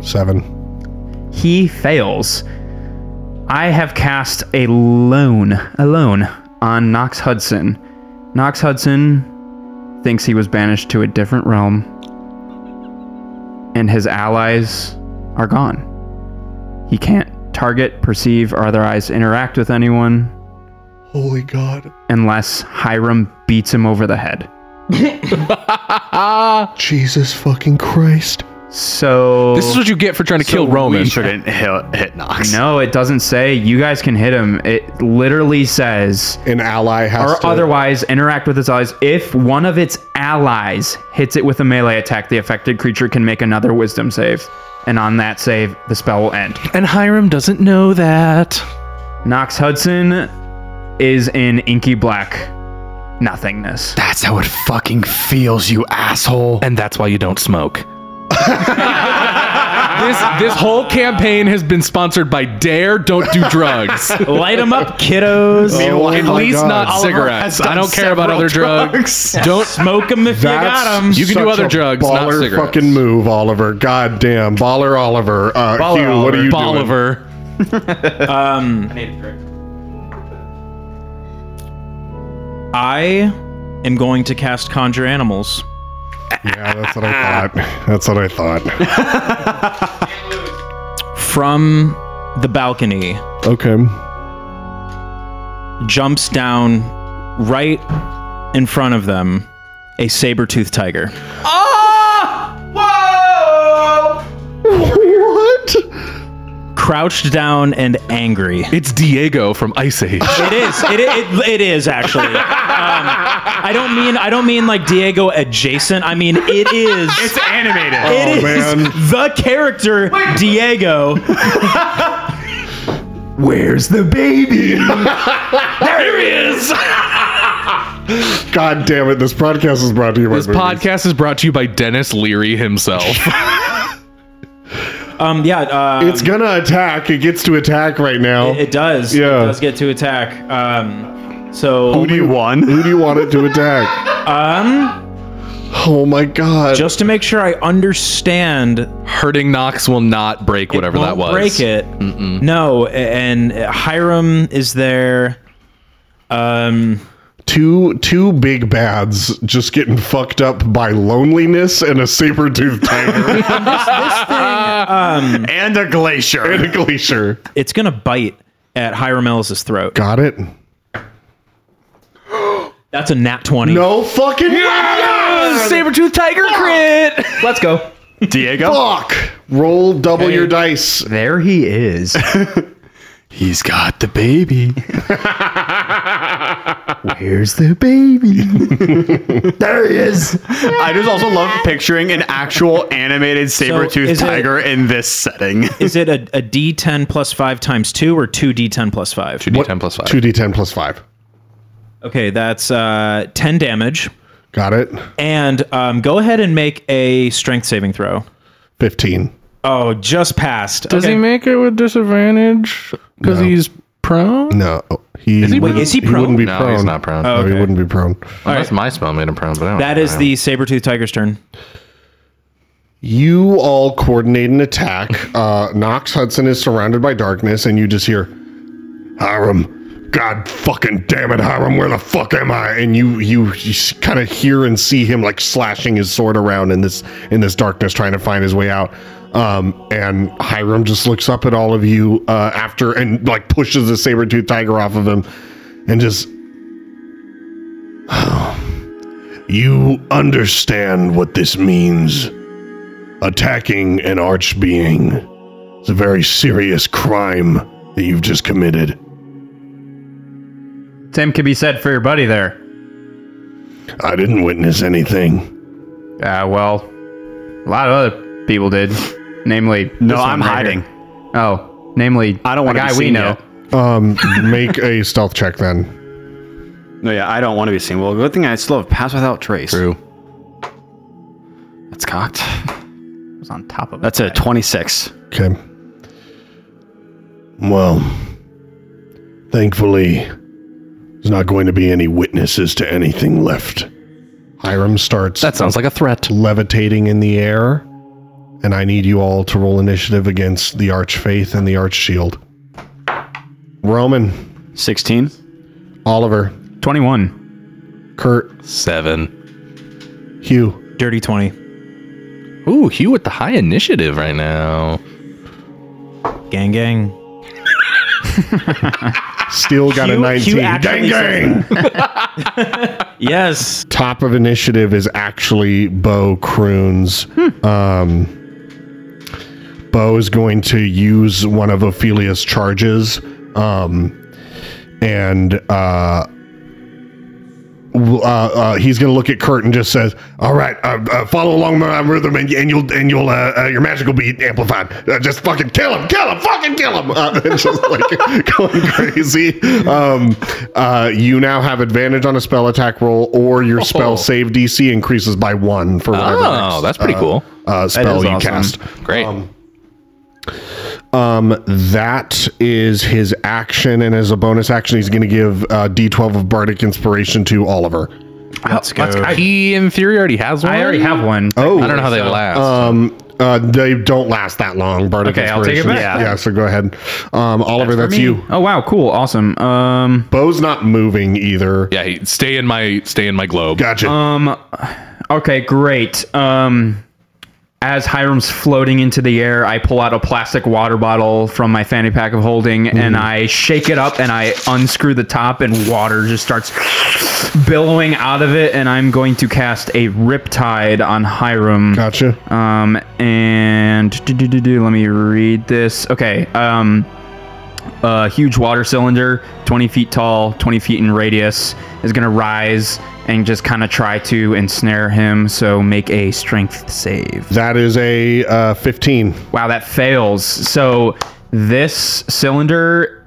A: Seven.
F: he fails. I have cast a loan, a loan on Knox Hudson. Knox Hudson thinks he was banished to a different realm, and his allies are gone. He can't target, perceive, or otherwise interact with anyone
A: Holy god.
F: unless Hiram beats him over the head.
A: Jesus fucking Christ.
F: So
D: This is what you get for trying to kill
C: We
D: Roman.
C: shouldn't hit, hit Knox.
F: no, it doesn't say you guys can hit him. It literally says
A: An ally has
F: or
A: to
F: otherwise interact with its allies. If one of its allies hits it with a melee attack, the affected creature can make another wisdom save. And on that save, the spell will end.
D: And Hiram doesn't know that.
F: Knox Hudson is in inky black nothingness.
C: That's how it fucking feels, you asshole.
D: and that's why you don't smoke. this this whole campaign has been sponsored by Dare Don't Do Drugs.
E: Light them up, kiddos.
A: Oh
D: At
A: my
D: least
A: God.
D: not cigarettes. I don't care about other drugs. Don't
E: Smoke them if you
A: That's
E: got them.
D: You can do
A: such
D: other
A: a
D: drugs, not
A: baller
D: cigarettes.
A: fucking move, Oliver. God damn, baller Oliver. Uh, Hugh, what are you doing?
D: Bolivar.
E: Um, I am going to cast Conjure Animals.
A: Yeah, that's what I thought. That's what I thought.
E: from the balcony
A: Okay.
E: jumps down right in front of them a saber-toothed tiger
A: What?
E: crouched down and angry
D: It's Diego from Ice Age.
E: it is it, it, it is actually um, i don't mean i don't mean like diego adjacent i mean it is it's
F: Animated.
A: Oh, man.
E: the character diego
F: Where's the baby?
A: God damn it! This podcast is brought to you by
D: This
A: movies.
D: podcast is brought to you by Dennis Leary himself.
E: um yeah uh,
A: It's gonna attack. It gets to attack right now.
E: it does
A: Yeah.
E: it does get to attack um so
C: Only one.
A: Who do you want it to attack?
E: um
A: Oh my god.
E: just to make sure I understand
D: Hurting Knox will not break whatever
E: it
D: that was.
E: won't Break it. No, a- and Hiram is there. Um,
A: two two big bads just getting fucked up by loneliness and a saber-toothed tiger
C: and a glacier.
A: and a glacier.
E: it's gonna bite at Hiram Ellis's throat.
A: Got it?
E: That's a nat twenty.
A: No fucking
D: Sabertooth Tiger
E: Ah!
D: crit!
F: Let's go.
C: Diego.
A: fuck. Roll double your dice.
F: There he is.
C: He's got the baby.
F: Where's the baby? there he is.
C: I just also love picturing an actual animated saber-toothed
E: is it-
C: tiger in this setting.
E: Is it a, a D10 plus five times two or two D10 plus five?
D: 2d10 plus 5.
A: 2d10 plus 5.
E: Okay, that's uh, ten damage.
A: Got it?
E: And um, go ahead and make a strength saving throw.
A: 15.
E: Oh, just passed.
D: Does
E: Okay.
D: he make it with disadvantage? Because he's prone?
A: No. He, is he,
E: prone? Is he prone?
A: wouldn't be
D: No,
A: prone.
D: he's not prone. Oh,
A: No, he wouldn't be prone.
D: Unless my spell made him prone, but I don't
E: That is the saber-toothed tiger's turn.
A: You all coordinate an attack. Uh, Knox Hudson is surrounded by darkness, and you just hear, Hiram, God fucking damn it, Hiram, where the fuck am I? And you you, kind of hear and see him like slashing his sword around in this in this darkness, trying to find his way out. Um, and Hiram just looks up at all of you uh, after and like pushes the saber tooth tiger off of him, and just. You understand what this means. Attacking an archbeing is a very serious crime that you've just committed.
F: Same could be said for your buddy there.
A: I didn't witness anything.
F: Yeah, Uh, well, a lot of other people did. Namely,
C: No,
F: this one
C: I'm
F: right
C: hiding.
F: here. Oh, namely,
C: I don't want
F: the
C: to be
F: guy
C: seen
F: we know.
C: yet.
A: Um, make a stealth check then.
C: No, yeah, I don't want to be seen. Well, good thing I still have pass without trace.
D: True.
C: That's cocked.
F: It was on top of
C: That's a 26.
A: Okay. Well, thankfully, there's not going to be any witnesses to anything left. Hiram starts
D: That sounds like a threat.
A: levitating in the air, and I need you all to roll initiative against the Archfaith and the Archshield. Roman,
C: 16.
A: Oliver,
F: it. 21.
A: Kurt,
D: Seven.
A: Hugh,
E: Dirty twenty.
D: Ooh, Hugh with the high initiative right now.
E: Gang, gang.
A: still got a
E: Hugh-
A: 19.
E: Hugh actually
A: gang, gang.
E: Yes.
A: Top of initiative is actually Bo Croons. Um, Bo is going to use one of Ophelia's charges. Um, and uh, w- uh, uh, he's going to look at Kurt and just says, "All right, uh, uh, follow along my rhythm, and, and you'll and you'll uh, uh, your magic will be amplified. Uh, just fucking kill him, kill him, fucking kill him!" Uh, and just like going crazy. Um, uh, you now have advantage on a spell attack roll, or your spell
D: Oh.
A: save DC increases by one for whatever
D: Oh,
A: next,
D: that's pretty
A: uh,
D: cool.
A: uh, spell
F: is
A: you
F: awesome.
A: cast.
D: Great.
A: Um, that is his action, and as a bonus action, he's going to give uh, D12 of bardic inspiration to Oliver.
F: Let's go. I,
D: he, in theory, already has one.
F: I already have one.
A: Oh,
D: I don't know how they last.
A: Um, uh, they don't last that long. Bardic
F: Okay, I'll take it
A: inspiration.
F: back.
A: Yeah. yeah, so go ahead, um, Oliver. That's, you.
F: Oh wow, cool, awesome. Um,
A: Bo's not moving either.
D: yeah, he, stay in my stay in my globe.
A: Gotcha.
F: um, okay, great. Um, as Hiram's floating into the air, I pull out a plastic water bottle from my fanny pack of holding, and I shake it up, and I unscrew the top, and water just starts billowing out of it, and I'm going to cast a riptide on Hiram.
A: Gotcha.
F: Um, and do, do, do, do, let me read this. Okay. Um, a huge water cylinder, 20 feet tall, 20 feet in radius, is going to rise and just kind of try to ensnare him. So make a strength save.
A: That is a uh, 15.
F: Wow, that fails. So this cylinder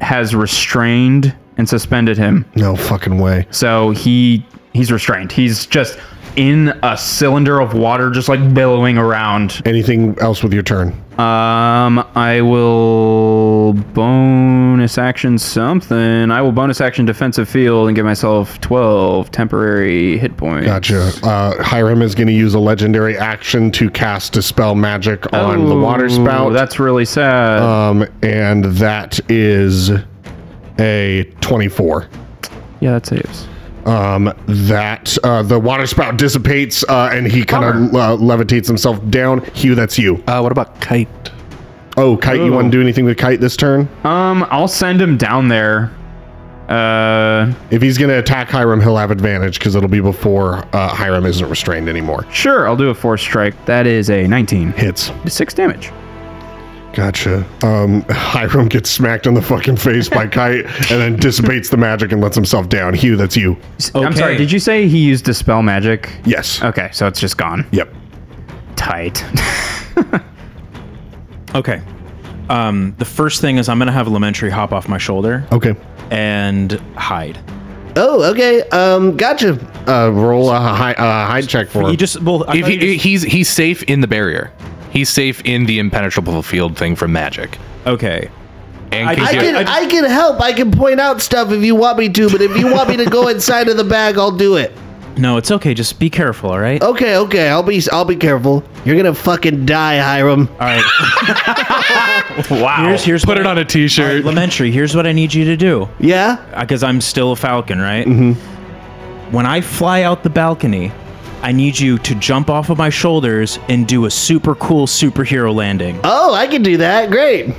F: has restrained and suspended him.
A: No fucking way.
F: So he he's restrained. He's just in a cylinder of water, just like billowing around.
A: Anything else with your turn?
F: Um, I will bonus action something. I will bonus action defensive field and give myself 12 temporary hit points.
A: Gotcha. Uh, Hiram is going to use a legendary action to cast dispel magic on the water
F: Ooh,
A: spout.
F: That's really sad.
A: um, and that is a 24.
F: yeah, that saves.
A: um, that uh, the water spout dissipates uh, and he kind of uh, levitates himself down. Hugh, that's you.
D: Uh, what about kite?
A: Oh, Kite, you want to do anything with Kite this turn?
F: Um, I'll send him down there. Uh,
A: If he's going to attack Hiram, he'll have advantage because it'll be before uh, Hiram isn't restrained anymore.
F: sure, I'll do a force strike. That is a 19.
A: Hits.
F: Six damage.
A: Gotcha. Um, Hiram gets smacked in the fucking face by Kite and then dissipates the magic and lets himself down. Hugh, that's you.
F: I'm sorry,
E: Okay.
F: did you say he used dispel magic?
A: Yes.
F: Okay, so it's just gone.
A: Yep.
F: Tight.
E: Okay. Um, the first thing is I'm gonna have Elementary hop off my shoulder
A: Okay.
E: and hide.
A: Oh, okay. Um, gotcha. Uh, roll a high, uh, hide check for him.
E: You just well, I
D: If
E: thought
D: he,
E: you just-
D: he's he's safe in the barrier. He's safe in the impenetrable field thing from magic.
E: okay.
D: And
E: I-
D: can
E: I
G: I
D: do-
G: can I, can help. I can point out stuff if you want me to, but if you want me to go inside of the bag, I'll do it.
E: No, it's okay. Just be careful. All right.
G: Okay, okay. I'll be I'll be careful. You're gonna fucking die, Hiram.
E: All right. wow. Here's here's
D: put
E: what
D: it
E: I-
D: on a t-shirt.
E: Elementary. Here's what I need you to do.
G: Yeah.
E: because I'm still a falcon, right? Mm-hmm. When I fly out the balcony, I need you to jump off of my shoulders and do a super cool superhero landing.
G: Oh, I can do that. Great.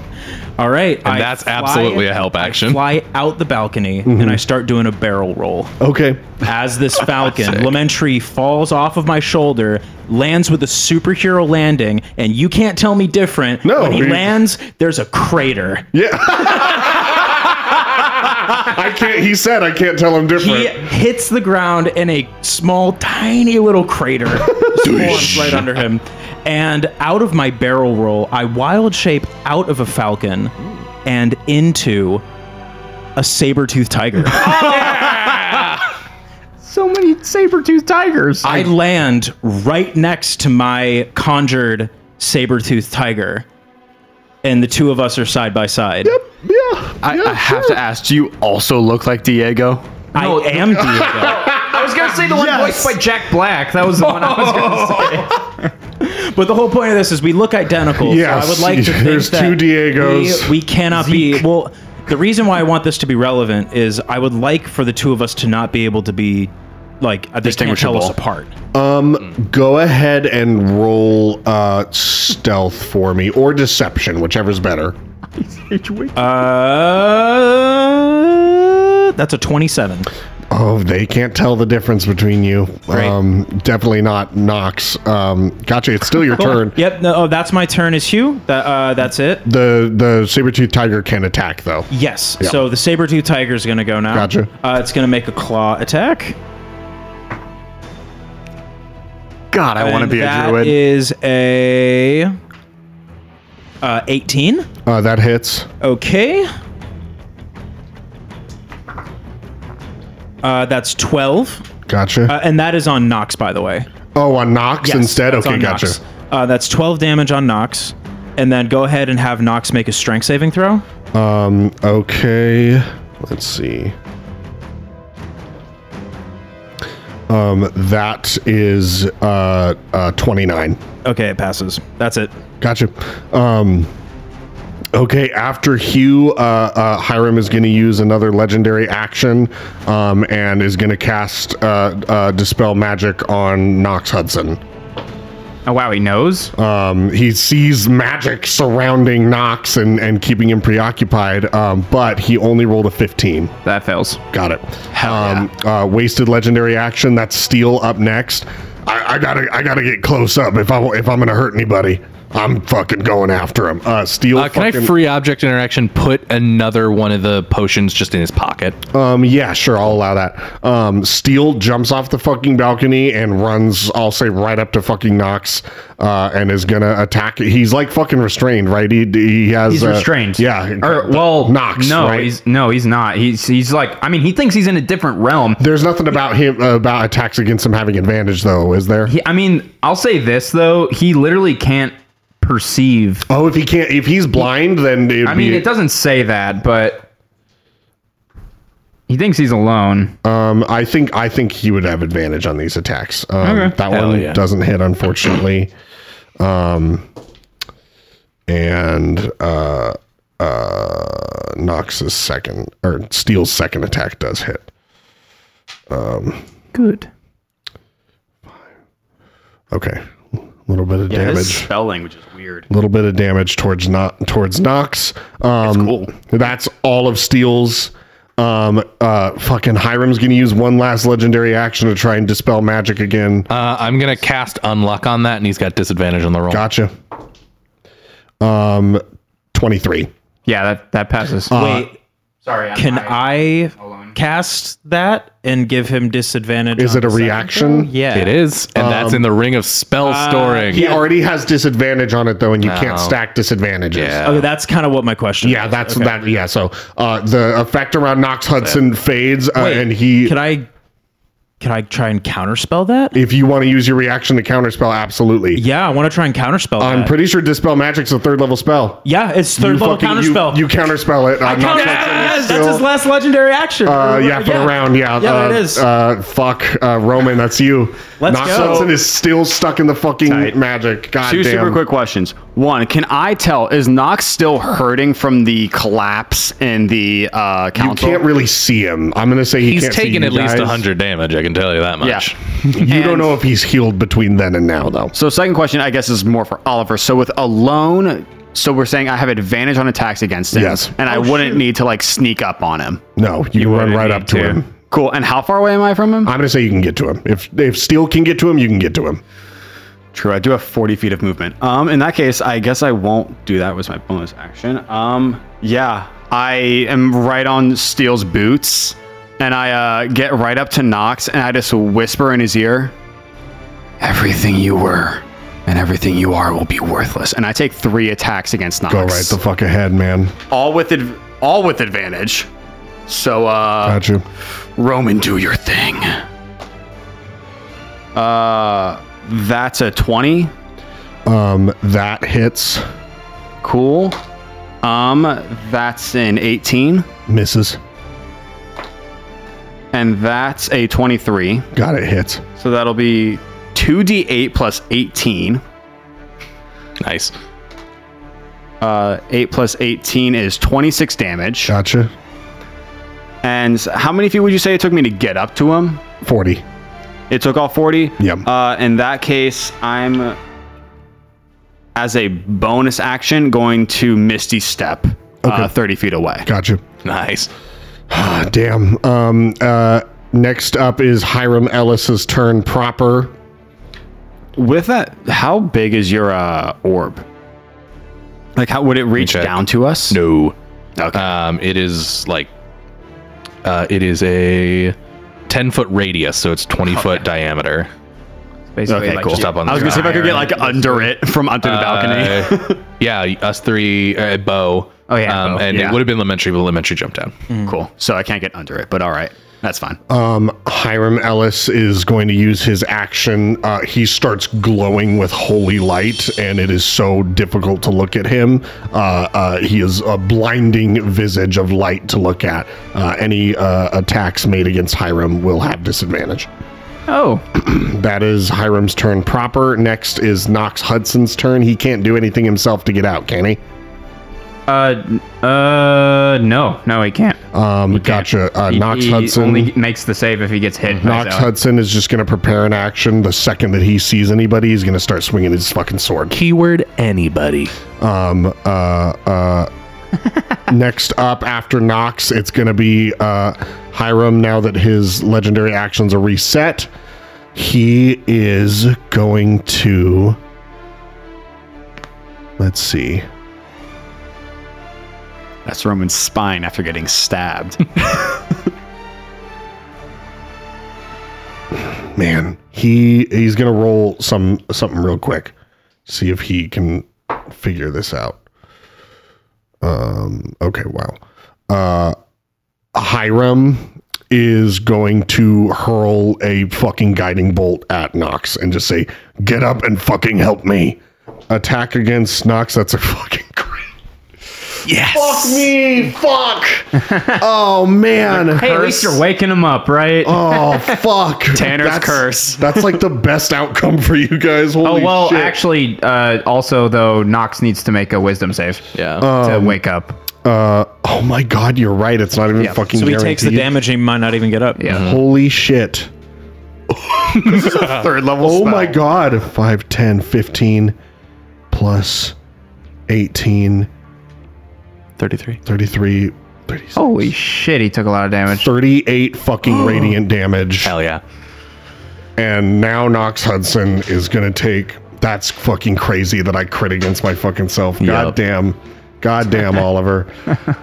E: All right, and
D: that's absolutely a help action.
E: fly out the balcony and I start doing a barrel roll
G: Oh.
A: okay.
E: as this falcon Lamentry falls off of my shoulder, lands with a superhero landing, and you can't tell me different.
A: No,
E: when he
A: he-
E: lands, there's a crater.
A: Yeah. I can't. He said I can't tell him
E: He
A: different.
E: hits the ground in a small, tiny little crater forms right under him. And out of my barrel roll, I wild shape out of a falcon and into a saber-toothed tiger.
F: so many saber-toothed tigers.
E: I land right next to my conjured saber-toothed tiger. And the two of us are side by side.
A: yeah.
C: I, I have to ask, do you also look like Diego?
E: I am Diego.
F: I was gonna say the one voiced by Jack Black. That was the one I was gonna say.
E: but the whole point of this is we look identical.
A: Yes,
E: so I would like to think
A: there's
E: that
A: two Diegos.
E: We, we cannot be well. The reason why I want this to be relevant is I would like for the two of us to not be able to be like uh, they can't tell us
C: Distinguishable.
E: apart.
A: Um, go ahead and roll uh, stealth for me or deception, whichever's better.
E: Uh, that's a twenty-seven.
A: Oh, they can't tell the difference between you. Um, definitely not Knox. Um, gotcha. It's still your turn.
E: Yep. No, oh, that's my turn. Is Hugh? That uh, that's it.
A: The the saber tooth tiger can attack though.
E: Yes. So the saber tooth tiger is gonna go now.
A: Gotcha.
E: Uh, it's gonna make a claw attack.
C: God, I want to
E: And
C: be a
E: that
C: druid.
E: Is a uh, eighteen.
A: Uh, that hits.
E: Okay. Uh, that's 12.
A: Gotcha.
E: Uh, and that is on Nox, by the way.
A: oh, on Knox
E: Yes,
A: instead.
E: that's
A: Okay,
E: on
A: gotcha.
E: Nox. Uh, that's 12 damage on Nox. And then go ahead and have Nox make a strength saving throw.
A: Um, okay. Let's see. Um, that is uh, uh 29.
E: Okay, it passes. That's it.
A: Gotcha. Um, okay, after Hugh, uh, uh, Hiram is going to use another legendary action um, and is going to cast uh, uh, Dispel Magic on Nox Hudson.
F: Oh wow, he knows.
A: Um, he sees magic surrounding Nox and, and keeping him preoccupied, um, but he only rolled a 15.
F: that fails.
A: Got it. um, uh, wasted legendary action. That's steel up next. I, I gotta, I gotta get close up if I if I'm gonna hurt anybody. I'm fucking going after him. Uh, steel.
D: Uh, can I
A: fucking-
D: free object interaction put another one of the potions just in his pocket?
A: Um, yeah, sure, I'll allow that. Um, Steel jumps off the fucking balcony and runs, I'll say, right up to fucking Knox, uh, and is gonna attack. He's like fucking restrained, right? He he has
F: He's
A: uh,
F: restrained.
A: Yeah.
F: Or well,
A: Knox.
F: No,
A: right?
F: he's no, he's not. He's he's like. I mean, he thinks he's in a different realm.
A: There's nothing about him about attacks against him having advantage, though, is there?
F: He, I mean, I'll say this though. He literally can't perceive.
A: Oh, if he can't, if he's blind, then it'd
F: I mean,
A: be.
F: it doesn't say that, but he thinks he's alone.
A: um, I think I think he would have advantage on these attacks. Um, That
D: Hell
A: one
D: yeah.
A: doesn't hit, unfortunately. Um, and uh, uh, Nox's second or Steel's second attack does hit. Um,
F: Good.
A: Okay, a little bit of
C: Yeah, his
A: damage.
C: spelling, which is weird.
A: little bit of damage towards not towards Knox. Um, that's
C: cool.
A: all of Steel's. Um, uh, fucking Hiram's gonna use one last legendary action to try and dispel magic again.
E: Ah.
D: Uh, I'm gonna cast unluck on that, and he's got disadvantage on the roll.
A: Gotcha. Um, twenty three.
F: Yeah, that that passes.
A: uh,
E: Wait,
F: Sorry, I'm
E: Uh, can I
F: Alone.
E: cast that and give him disadvantage?
A: Is
E: on
A: it a
E: the second
A: reaction?
E: throw? Yeah.
D: It is, and that's in the ring of spell storing.
A: He already has disadvantage on it though, and you
D: No.
A: can't stack disadvantages.
D: Yeah.
E: Okay, that's kind of what my question.
A: Yeah,
E: was.
A: that's
E: Okay.
A: that. Yeah, so uh, the effect around Knox Hudson fades, uh,
E: Wait,
A: and he.
E: can I can I try and counterspell that?
A: if you want to use your reaction to counterspell, absolutely.
E: Yeah, I want to try and counterspell
A: I'm
E: that.
A: pretty sure dispel magic's a third level spell.
E: yeah, it's third
A: you
E: level
A: fucking- you-
E: counterspell.
A: You, counterspell it. I'm
E: Counter-
A: not
E: Yes,
A: still,
E: that's his last legendary action.
A: Uh, yeah, for the round. Yeah,
E: Yeah,
A: uh,
E: there it is.
A: Uh, fuck, uh, Roman, that's you.
E: Let's
A: Nox
E: go.
A: Hudson is still stuck in the fucking
C: Tight.
A: magic. God
C: Two
A: damn.
C: super quick questions. One, can I tell is Knox still hurting from the collapse in the uh,
A: You
C: council?
A: can't really see him. I'm gonna say he
D: he's
A: can't see
D: taken
A: you
D: at least
A: guys.
D: 100 damage. I can tell you that
C: Yeah.
D: much.
A: You don't know if he's healed between then and now, though.
C: So second question, I guess, is more for Oliver. So with alone, so we're saying I have advantage on attacks against him,
A: Yes.
C: and I wouldn't need to like sneak up on him.
A: No, you, can run right up to,
F: to.
A: him.
C: Cool. And how far away am I from him?
A: I'm gonna say you can get to him. If if Steel can get to him, you can get to him.
C: True, I do have 40 feet of movement. Um, in that case, I guess I won't do that. Was my bonus action? Um, yeah, I am right on Steel's boots, and I uh, get right up to Knox, and I just whisper in his ear, "Everything you were, and everything you are, will be worthless." And I take three attacks against Knox.
A: Go right the fuck ahead, man.
C: all with adv- all with advantage. So, uh,
A: Got you.
C: Roman, do your thing. Uh, that's a 20.
A: Um, that hits,
C: Cool. Um, that's an 18,
A: misses.
C: and that's a 23.
A: Got it. Hits.
C: So that'll be 2d8 plus 18.
D: Nice.
C: Uh, 8 plus 18 is 26 damage.
A: Gotcha.
C: And s- how many feet would you say it took me to get up to him?
A: Forty.
C: It took all 40?
A: Yep.
C: Uh, in that case, I'm, as a bonus action, going to Misty Step uh, 30 feet away.
A: Gotcha.
D: Nice.
A: Ah, damn. Um, uh, next up is Hiram Ellis's turn proper.
C: With that, how big is your uh, orb? Like, how would it reach
D: check.
C: down to us?
D: No.
C: Okay.
D: Um, it is like, uh, it is a 10 foot radius, so it's 20 foot diameter.
F: Basically,
C: okay,
F: like,
C: cool.
D: just up on
C: I was
D: the
C: gonna see if I could get
D: iron.
C: like under it from under the balcony.
D: Uh, yeah, us three, uh, Bo.
F: Oh, yeah,
D: um,
F: Bo,
D: and
C: yeah.
D: it would have been elementary, but elementary jumped down.
C: cool. So I can't get under it, but all right, that's fine.
A: Um, Hiram Ellis is going to use his action. Uh, he starts glowing with holy light, and it is so difficult to look at him. Uh, uh, he is a blinding visage of light to look at. Uh, any uh, attacks made against Hiram will have disadvantage.
F: Oh,
A: That is Hiram's turn proper. Next is Knox Hudson's turn. He can't do anything himself to get out, can he?
F: uh, n- uh, no, no, he can't.
A: Um, gotcha. Uh,
F: He-
A: Knox
F: he
A: Hudson.
F: only makes the save if he gets hit. by
A: Knox
F: Zell.
A: Hudson is just going to prepare an action. The second that he sees anybody, he's going to start swinging his fucking sword.
D: Keyword anybody.
A: Um, uh, uh, next up after Knox, it's going to be uh, Hiram. Now that his legendary actions are reset, he is going to. Let's see.
C: That's Roman's spine after getting stabbed.
A: Man, he he's gonna roll some something real quick. See if he can figure this out. Um. Okay. Wow. Uh, Hiram is going to hurl a fucking guiding bolt at Knox and just say, "Get up and fucking help me." Attack against Nox. That's a fucking crit.
D: Yes.
A: Fuck me. Fuck. oh, man.
F: Hey, at least you're waking him up, right?
A: Oh, fuck.
C: Tanner's
A: That's-
C: curse.
A: That's like the best outcome for you guys.
F: oh
A: Holy
F: well,
A: shit.
F: actually, uh, also though, Knox needs to make a wisdom save.
D: Yeah.
A: Um,
F: to wake up.
A: Uh, oh, my God. You're right. It's not even fucking
E: So he takes the
A: guaranteed.
E: damage and he might not even get up. Yeah.
A: Holy shit.
C: Third level.
A: Oh my god. 5, 10, 15 plus 18,
D: 33.
A: 33, 36.
F: Holy shit, he took a lot of damage.
A: 38 fucking radiant damage.
D: Hell yeah.
A: And now Knox Hudson is going to take. That's fucking crazy that I crit against my fucking self. God damn. God damn, Oliver.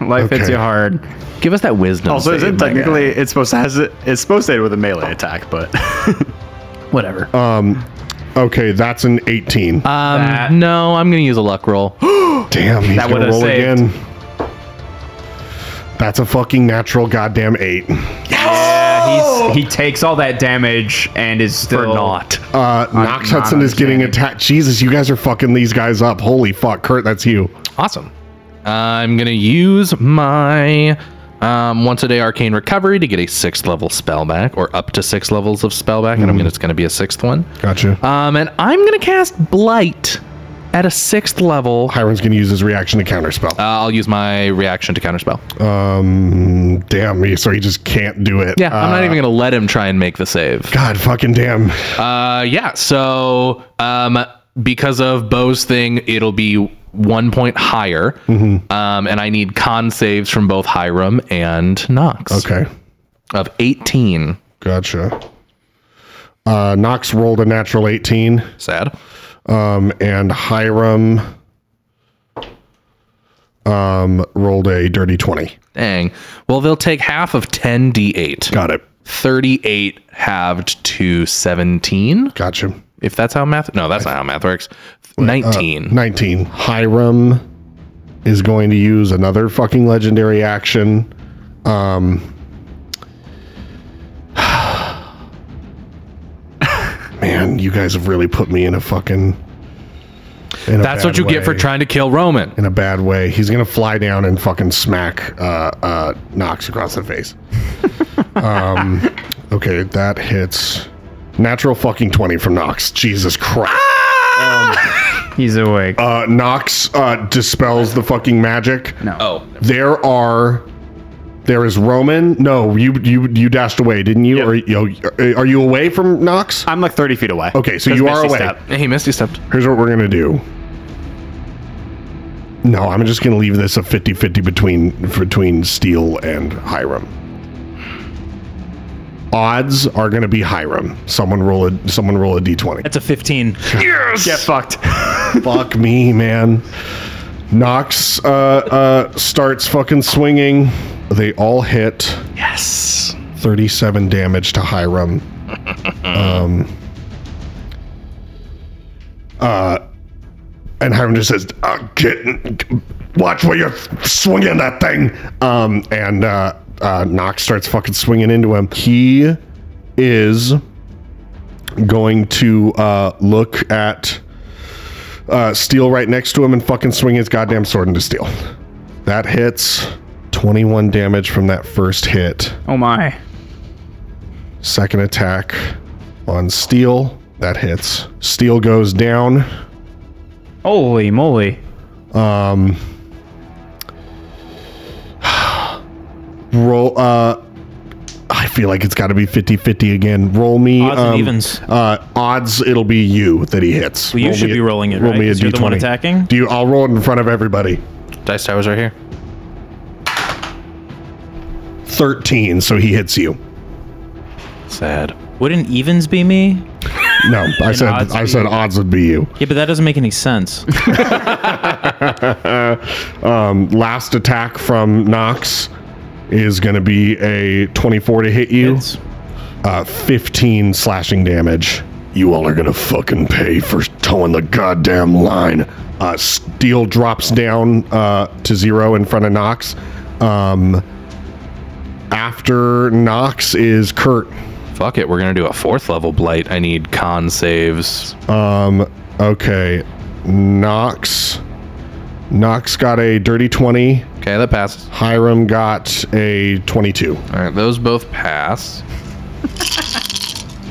F: Life hits
A: Okay.
F: you hard.
D: Give us that wisdom.
C: Also, is
D: save,
C: it
D: my guy.
C: technically it's supposed to has it, it's supposed to end with a melee attack, but
F: Whatever.
A: Okay, that's an 18.
D: Um, no, I'm gonna use a luck roll.
A: damn, he's going to
F: would've
A: roll
F: saved.
A: again. That's a fucking natural goddamn 8.
F: yeah, he's, he takes all that damage and is still
D: not.
A: Uh, Knox
F: not
A: Hudson is getting
F: understanding.
A: attacked. Jesus, you guys are fucking these guys up. Holy fuck, Kurt, that's you.
D: Awesome. I'm gonna use my um, once a day arcane recovery to get a sixth level spell back, or up to six levels of spell back, and I'm
A: Mm-hmm.
D: gonna it's gonna be a sixth one.
A: Gotcha.
D: Um, and I'm gonna cast blight at a sixth level. Uh,
A: Hiram's gonna use his reaction to counterspell.
D: I'll use my reaction to counterspell.
A: Oh, um, damn me. So he just can't do it.
D: Yeah, I'm
A: Uh,
D: not even gonna let him try and make the save.
A: God fucking damn.
D: Uh, yeah. So, um, because of Bo's thing, it'll be one point higher.
A: Mm-hmm.
D: Um, and I need con saves from both Hiram and Knox
A: Okay.
D: of 18.
A: Gotcha. Uh, Knox rolled a natural 18.
D: Sad.
A: Um, and Hiram um, rolled a dirty 20.
D: Dang. Well, they'll take half of 10d8.
A: Got it.
D: 38 halved to 17,
A: Gotcha.
D: if that's how math. No, that's not how math works.
A: uh,
D: 19.
A: 19. Hiram is going to use another fucking legendary action. Um Man, you guys have really put me in a fucking in a
D: that's what
A: bad
D: you get for
A: way.
D: trying to kill Roman.
A: in a bad way. He's going to fly down and fucking smack uh uh Knox across the face. um okay, that hits natural fucking 20 from Knox. Jesus Christ.
F: He's awake.
A: uh, Nox uh, dispels the fucking magic.
F: No.
D: Oh,
A: There are. There is Roman. No, you you you dashed away, didn't you? Or you, are you away from Nox?
C: I'm like 30 feet away.
A: Okay, so
C: That's
A: you are
C: Misty
A: away.
C: Step.
D: he missed. He stepped.
A: Here's what we're gonna do. No, I'm just gonna leave this a 50-50 between between Steele and Hiram. Odds are gonna be Hiram. Someone roll a someone roll a d20.
E: That's a 15.
C: Get fucked.
A: Fuck me, man. Knox uh, uh, starts fucking swinging. They all hit. Yes. 37 damage to Hiram. um, uh, and Hiram just says, uh, get, watch where you're swinging that thing. Um, and uh, uh, Knox starts fucking swinging into him. He is going to uh, look at uh, steel right next to him and fucking swing his goddamn sword into steel. That hits 21 damage from that first hit.
F: Oh my.
A: Second attack on steel. That hits. Steel goes down.
F: Holy moly.
A: Um, roll. Uh, I feel like it's got to be 50 50 again. Roll me.
E: Odds and
A: um,
E: evens.
A: Uh, odds, it'll be you that he hits.
E: Well, you
A: Roll
E: should
A: me a-
E: be rolling it,
A: Roll
E: right?
A: me a
E: 'Cause you're the one
A: D20.
E: attacking?
A: Do you, I'll roll it in front of everybody.
D: Dice tower's right here.
A: 13, so he hits you.
D: Sad.
E: Wouldn't evens be me?
A: No, I said
E: odds
A: I
E: be
A: said
E: you.
A: odds would be you.
E: Yeah, but that doesn't make any sense.
A: Um, last attack from Knox is going to be a 24 to hit you.
E: It's-
A: Uh, 15 slashing damage. You all are going to fucking pay for towing the goddamn line. Uh, steel drops down uh, to zero in front of Knox. Um, after Knox is Kurt.
D: Fuck it, we're gonna do a fourth level blight. I need con saves.
A: Um, okay. Knox. Knox got a dirty 20.
D: Okay, that passes.
A: Hiram got a 22.
D: All right, those both pass.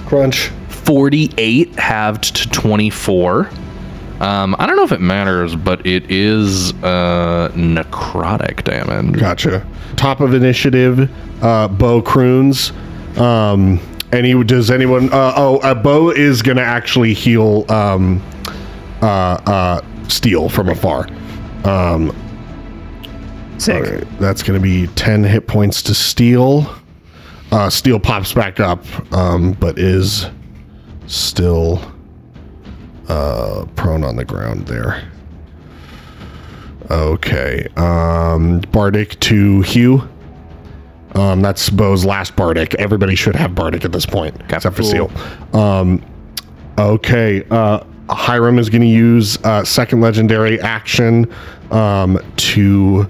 A: Crunch.
D: 48 halved to 24. Um, I don't know if it matters, but it is uh, necrotic damage.
A: Gotcha. Top of initiative, uh, Bo Croons. Um, any does anyone? Uh, oh, uh, Bo is gonna actually heal um, uh, uh, Steel from afar. Um,
F: Sick.
A: all right, that's gonna be ten hit points to Steel. Uh, Steel pops back up, um, but is still uh, prone on the ground there. Okay. Um, Bardic to Hugh. Um, that's Bo's last Bardic. Everybody should have Bardic at this point, except for Seal. Um, okay. Uh, Hiram is going to use uh, second legendary action um, to.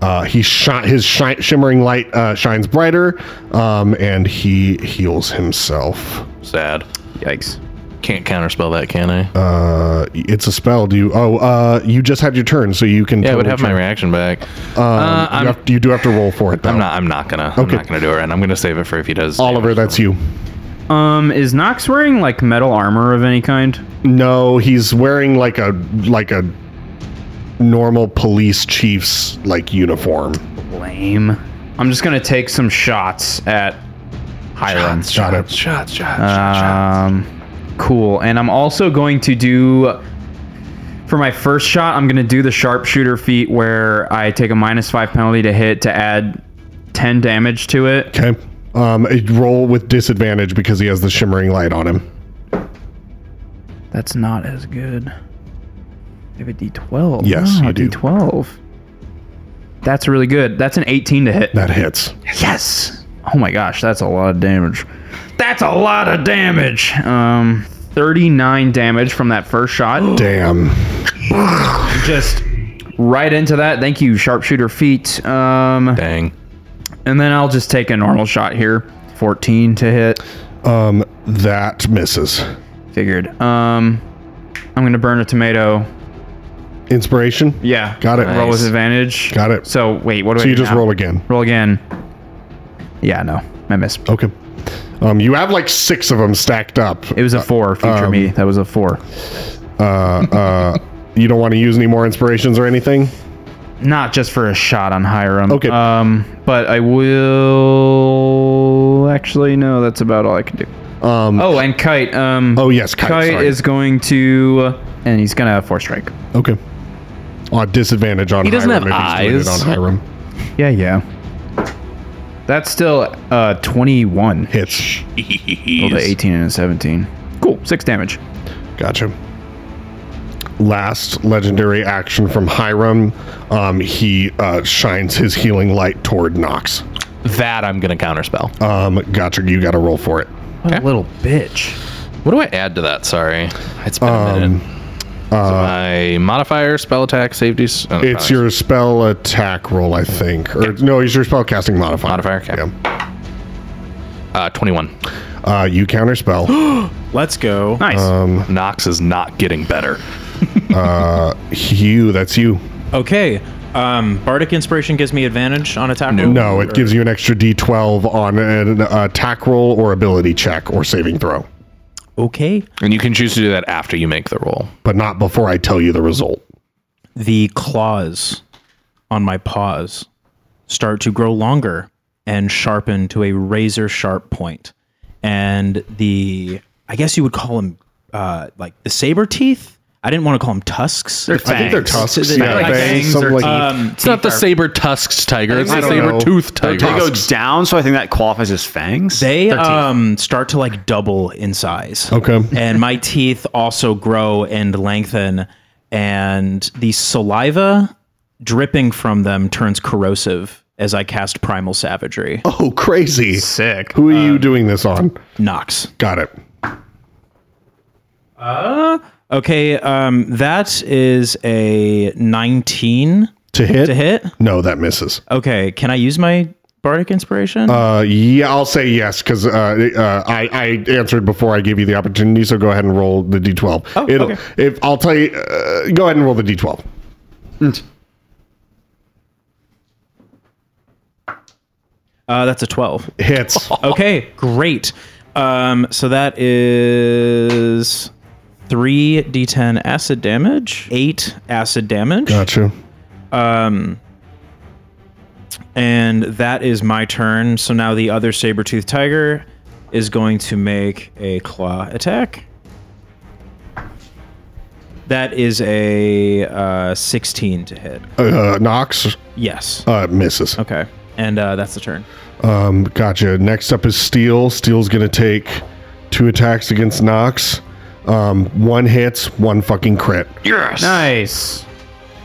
A: Uh, he shot his shi- shimmering light uh, shines brighter, um, and he heals himself.
D: Sad.
F: Yikes.
D: Can't counterspell that, can I?
A: Uh, it's a spell. Do you? Oh, uh, you just had your turn, so you can.
D: yeah, I would
A: totally
D: have my
A: check.
D: reaction back.
A: Um,
D: I'm-
A: you, have, you do have to roll for it. Though.
D: I'm not. I'm not gonna. I'm
A: Okay.
D: not gonna do it. Right. now. I'm gonna save it for if he does.
A: Oliver, that's you.
F: Um, is Knox wearing like metal armor of any kind?
A: No, he's wearing like a like a normal police chief's like uniform.
F: Lame. I'm just gonna take some shots at Hiram.
A: Got it. Ah.
D: Shots, shots,
F: Um, cool. And I'm also going to do for my first shot. I'm gonna do the sharpshooter feat where I take a minus five penalty to hit to add ten damage to it.
A: Okay. Um, it- roll with disadvantage because he has the shimmering light on him.
F: That's not as good. I have a D12.
A: Yes,
F: Ah,
A: you do.
F: D12. That's really good. That's an 18 to hit.
A: That hits.
F: Yes. Oh my gosh, that's a lot of damage. That's a lot of damage. Um, 39 damage from that first shot.
A: Damn.
F: Just right into that. Thank you, sharpshooter feet. Um,
D: Dang.
F: and then I'll just take a normal shot here. 14 to hit.
A: Um, that misses.
F: Figured. Um, I'm gonna burn a tomato.
A: Inspiration.
F: Yeah.
A: Got it.
F: Roll with advantage.
A: Got it.
F: So wait, what do I
A: So you
F: do
A: just
F: now?
A: roll again.
F: Roll again. Yeah, no, I missed.
A: Okay. Um, you have like six of them stacked up.
F: It was a four. Future me.
A: um,
F: That was a four.
A: Uh, uh, you don't want to use any more inspirations or anything.
F: not just for a shot on Hiram.
A: Okay.
F: Um, but I will actually no. That's about all I can do.
A: Um,
F: Oh, and kite. Um,
A: Oh, yes, Kite, sorry.
F: is going to, uh, and he's gonna four strike.
A: Okay. On disadvantage on
D: He doesn't
A: Hiram
D: have
A: if he's doing it
D: eyes.
A: on Hiram.
F: Yeah, yeah. That's still uh 21.
A: Hits.
F: Rolled a 18 and a 17. Cool. Six damage.
A: Gotcha. Last legendary action from Hiram. Um, he uh, shines his healing light toward Nox.
D: That I'm gonna counterspell.
A: Um, gotcha. You got to roll for it.
F: What a little bitch.
D: What do I add to that? Sorry, it's been
A: Um,
D: a minute. so my modifier, spell attack, safety. s- oh,
A: uh, It's
D: probably
A: your spell attack roll, I think. Or no, it's your spell casting modifier.
D: Modifier, okay.
A: Yeah.
D: Uh, 21.
A: Uh, you counterspell.
E: Let's go.
F: Nice.
D: Knox is not getting better.
A: you. That's you.
E: Okay. Um, Bardic Inspiration gives me advantage on attack. roll?
A: No, it gives you an extra D12 on an uh, attack roll or ability check or saving throw,
E: Okay.
D: And you can choose to do that after you make the roll.
A: but not before I tell you the result.
E: The claws on my paws start to grow longer and sharpen to a razor sharp point, and the I guess you would call them uh, like the saber teeth. I didn't want to call them tusks. Um,
A: I think they're
E: fangs.
A: tusks.
E: They're
A: Yeah,
E: like
A: fangs,
F: fangs or
A: something like
D: It's not the saber tusked tiger. It's
A: I
D: the
A: don't know.
D: saber toothed
A: They're
D: tiger.
C: They go
A: Tusks.
C: down, so I think that qualifies as fangs.
E: They um, start to like double in size.
A: Okay.
E: And my teeth also grow and lengthen, and the saliva dripping from them turns corrosive as I cast Primal Savagery.
A: Oh, crazy.
F: Sick.
A: Who are you doing this on?
E: Nox.
A: Got it.
E: Okay, um, that is a 19
A: To hit?
E: to hit.
A: No, that misses.
E: Okay, can I use my bardic inspiration?
A: Uh, yeah, I'll say yes because uh, uh, I, I answered before I gave you the opportunity. So go ahead and roll the d12. Oh, It'll,
E: okay.
A: If I'll tell you, uh, go ahead and roll the d12.
E: Uh, that's a 12.
A: Hits.
E: Okay, great. Um, so that is 3d10 acid damage, 8 acid damage.
A: Gotcha.
E: And that is my turn. So now the other saber-toothed tiger is going to make a claw attack. That is a uh, 16 to hit.
A: Uh, Knox
E: Yes.
A: uh, misses.
E: Okay. And uh, that's the turn.
A: Um, gotcha. Next up is Steel. Steel's gonna take two attacks against Knox. Um, one hits, one fucking crit.
C: Yes.
F: Nice.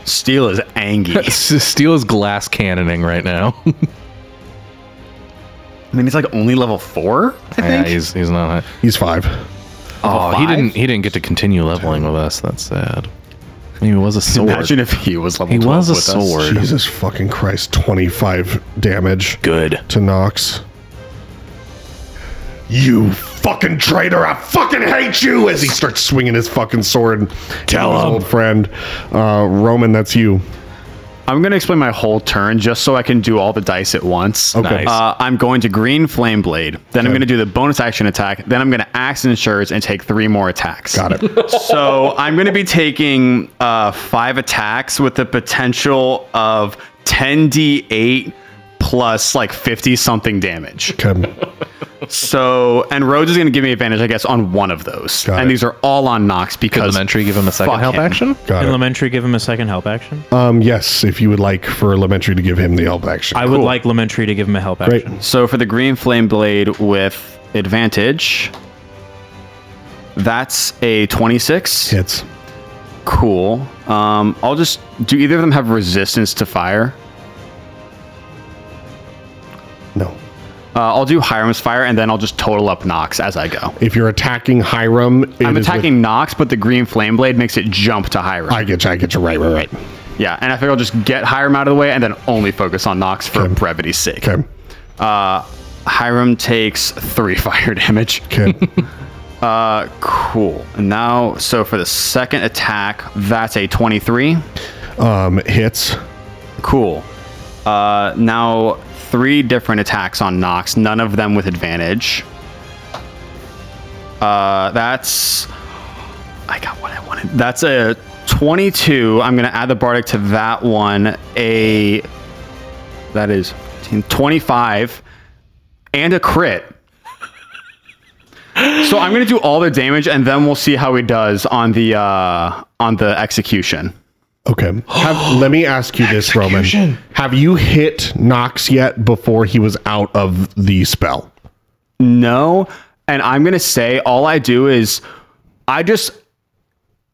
C: Steel is angry.
D: Steel is glass cannoning right now.
C: I mean, he's like only level four. I
D: yeah,
C: think.
D: he's he's not.
A: He's five.
D: Oh, he
C: five?
D: didn't he didn't get to continue leveling with us. That's sad. He was a sword.
C: Imagine if he was level.
D: he
C: 12
D: was a
C: with us.
D: sword.
A: Jesus fucking Christ! Twenty-five damage
D: Good.
A: to Knox. You fucking traitor! I fucking hate you! As he starts swinging his fucking sword, tell his old friend uh, Roman, that's you.
C: I'm gonna explain my whole turn just so I can do all the dice at once.
A: Okay. Nice.
C: Uh, I'm going to green flame blade. Then I'm
A: Okay.
C: gonna do the bonus action attack. Then I'm gonna axe and swords and take three more attacks.
A: Got it.
C: so I'm gonna be taking uh, five attacks with the potential of 10d8 plus like 50 something damage.
A: Okay.
C: So and Rhodes is gonna give me advantage, I guess, on one of those.
A: Got it.
C: and these are all on Nox because
D: Elementary, give him a second
C: fuck
D: help
C: him.
D: action.
A: Got it.
E: Elementary, give him a second help action.
A: Um, yes, if you would like for Elementary to give him the help action.
E: I would like Elementary to give him a help
A: Great.
E: action.
C: So for the green flame blade with advantage, that's a 26.
A: Hits.
C: Cool. Um, I'll just do either of them have resistance to fire?
A: No.
C: Uh, I'll do Hiram's fire and then I'll just total up Nox as I go.
A: If you're attacking Hiram, it
C: I'm
A: is with-
C: attacking Nox, but the green flame blade makes it jump to Hiram.
A: I get you. I get you. Right, right, right.
C: yeah, and I figure I'll just get Hiram out of the way and then only focus on Nox for brevity's sake.
A: Okay.
C: Uh, Hiram takes three fire damage.
A: Okay.
C: Uh, cool. And now, so for the second attack, that's a 23.
A: um, hits.
C: Cool. Uh, now, three different attacks on Nox, none of them with advantage. Uh, that's. I got what I wanted. That's a 22. I'm going to add the Bardic to that one. A. That is 15, 25. And a crit. So I'm gonna do all the damage, and then we'll see how he does on the uh, on the execution.
A: Okay. Have, let me ask you this, Roman. Have you hit Nox yet before he was out of the spell?
C: no. And I'm gonna say all I do is I just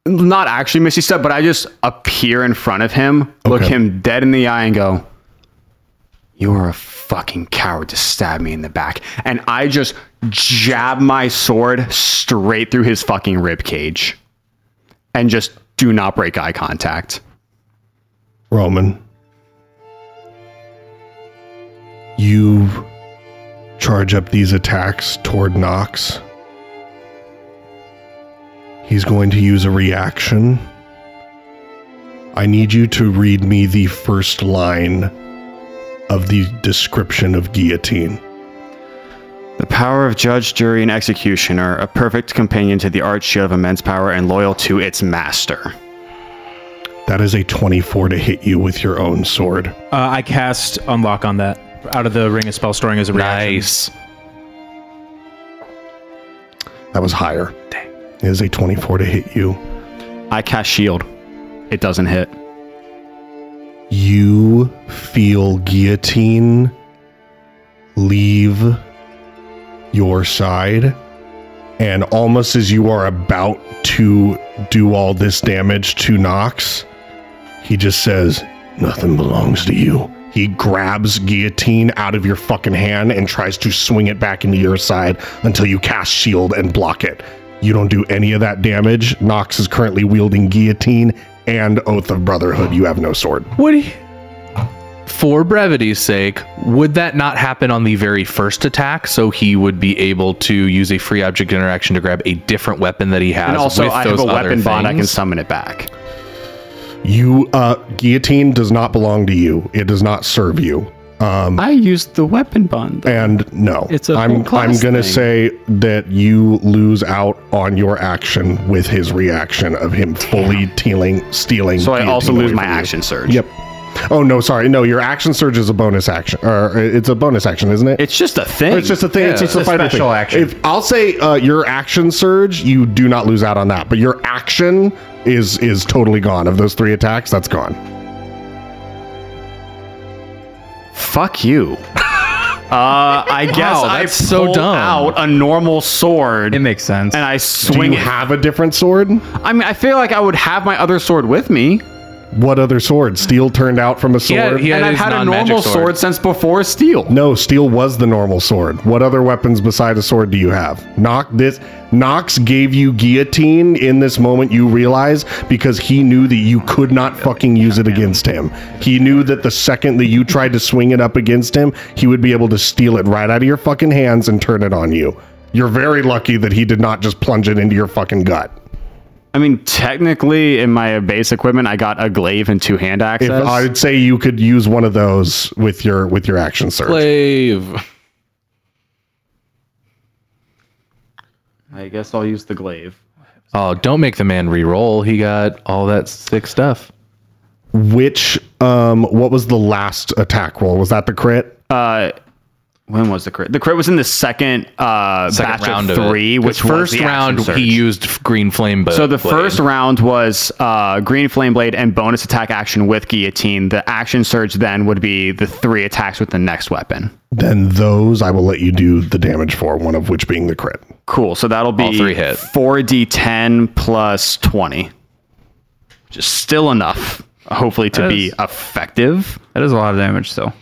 C: not actually Misty Step, but I just appear in front of him, look
A: Okay.
C: him dead in the eye, and go, You are a fucking coward to stab me in the back. And I just jab my sword straight through his fucking rib cage. And just do not break eye contact.
A: Roman, you charge up these attacks toward Nox. He's going to use a reaction. I need you to read me the first line of the description of guillotine.
C: The power of judge, jury, and executioner, a perfect companion to the art shield of immense power and loyal to its master.
A: That is a 24 to hit you with your own sword.
E: Uh, I cast Unlock on that out of the Ring of Spell Storing as a reaction.
D: Nice.
A: That was higher. Dang. It is a 24 to hit you.
C: I cast shield. It doesn't hit.
A: You feel guillotine leave your side, and almost as you are about to do all this damage to Nox, he just says, Nothing belongs to you. He grabs guillotine out of your fucking hand and tries to swing it back into your side until you cast shield and block it. You don't do any of that damage. Nox is currently wielding guillotine and Oath of Brotherhood. You have no sword.
E: Woody.
D: for brevity's sake, would that not happen on the very first attack? So he would be able to use a free object interaction to grab a different weapon that he has.
C: And also,
D: with
C: I have
D: those
C: a
D: other
C: weapon bond. I can
D: things?
C: summon it back.
A: You uh, guillotine does not belong to you. It does not serve you. Um,
C: I used the weapon bond.
A: and no,
C: It's a whole
A: I'm
C: class
A: I'm gonna
C: thing.
A: say that you lose out on your action with his reaction of him fully tealing, stealing.
C: So I also
A: guillotine
C: lose
A: away
C: my
A: from you.
C: action surge.
A: Yep. Oh no, sorry. No, your action surge is a bonus action, or uh, it's a bonus action, isn't it?
C: It's just a thing.
A: It's just a thing. it's just a,
F: a
A: fighter
F: special
A: thing.
F: action.
A: If I'll say uh, your action surge, you do not lose out on that, but your action is is totally gone. Of those three attacks, that's gone.
C: Fuck you. Uh, I guess
D: Wow,
C: I
D: that's so
C: pull
D: dumb.
C: out a normal sword
F: It
C: and
F: makes sense.
C: I
A: Do
C: swing
A: you
C: it.
A: have a different sword?
C: I mean, I feel like I would have my other sword with me,
A: What other sword? Steel turned out from a
D: had-
A: sword.
D: he had-
C: and
D: That
C: I've
D: is
C: had a
D: non-magic
C: normal
D: sword.
C: sword since before steel.
A: No, steel was the normal sword. What other weapons besides a sword do you have? Knock this Knox gave you guillotine in this moment you realize because he knew that you could not fucking use it against him. He knew that the second that you tried to swing it up against him, he would be able to steal it right out of your fucking hands and turn it on you. You're very lucky that he did not just plunge it into your fucking gut.
C: I mean, technically, in my base equipment, I got a glaive and two hand
A: If
C: axes.
A: I'd say you could use one of those with your with your action surge.
D: Glaive.
C: I guess I'll use the glaive.
D: Oh, don't make the man re-roll. He got all that sick stuff.
A: Which um what was the last attack roll? Was that the crit?
C: Uh, when was the crit? The crit was in the second, uh,
D: Second
C: batch
D: round
C: of
D: of it.
C: three,
D: 'Cause
C: which was
D: first
C: the action
D: round
C: surge.
D: he used f- green flame.
C: So the first round was uh, green flame blade and bonus attack action with guillotine. The action surge then would be the three attacks with the next weapon.
A: then those I will let you do the damage for, one of which being the crit.
C: Cool. So that'll be
D: All three hit.
C: four d ten plus twenty. Just still enough, hopefully, to
F: That
C: be
F: is-
C: effective.
F: that is a lot of damage still.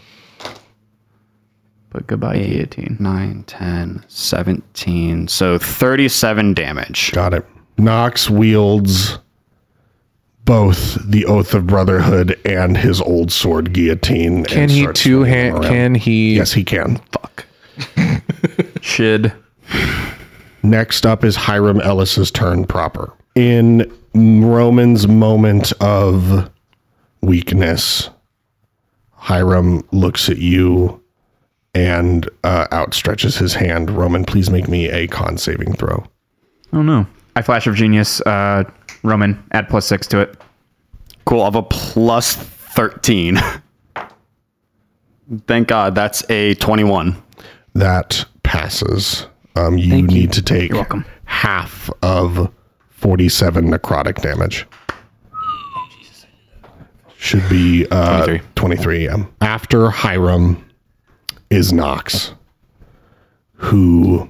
F: But goodbye, guillotine.
C: 9, 10, 17. So 37 damage.
A: Got it. Knox wields both the oath of brotherhood and his old sword guillotine.
D: Can he two hand? Can he?
A: Yes, he can.
D: Fuck.
F: Shid.
A: Next up is Hiram Ellis's turn proper. In Roman's moment of weakness, Hiram looks at you and uh, outstretches his hand. Roman, please make me a con saving throw.
F: Oh no. I flash of genius. Uh, Roman. Add plus six to it.
C: Cool. I have a plus 13. Thank God. That's a 21.
A: that passes. Um, you need to take half of 47 necrotic damage. Should be uh, 23.
D: 23.
A: um, After Hiram is Nox, who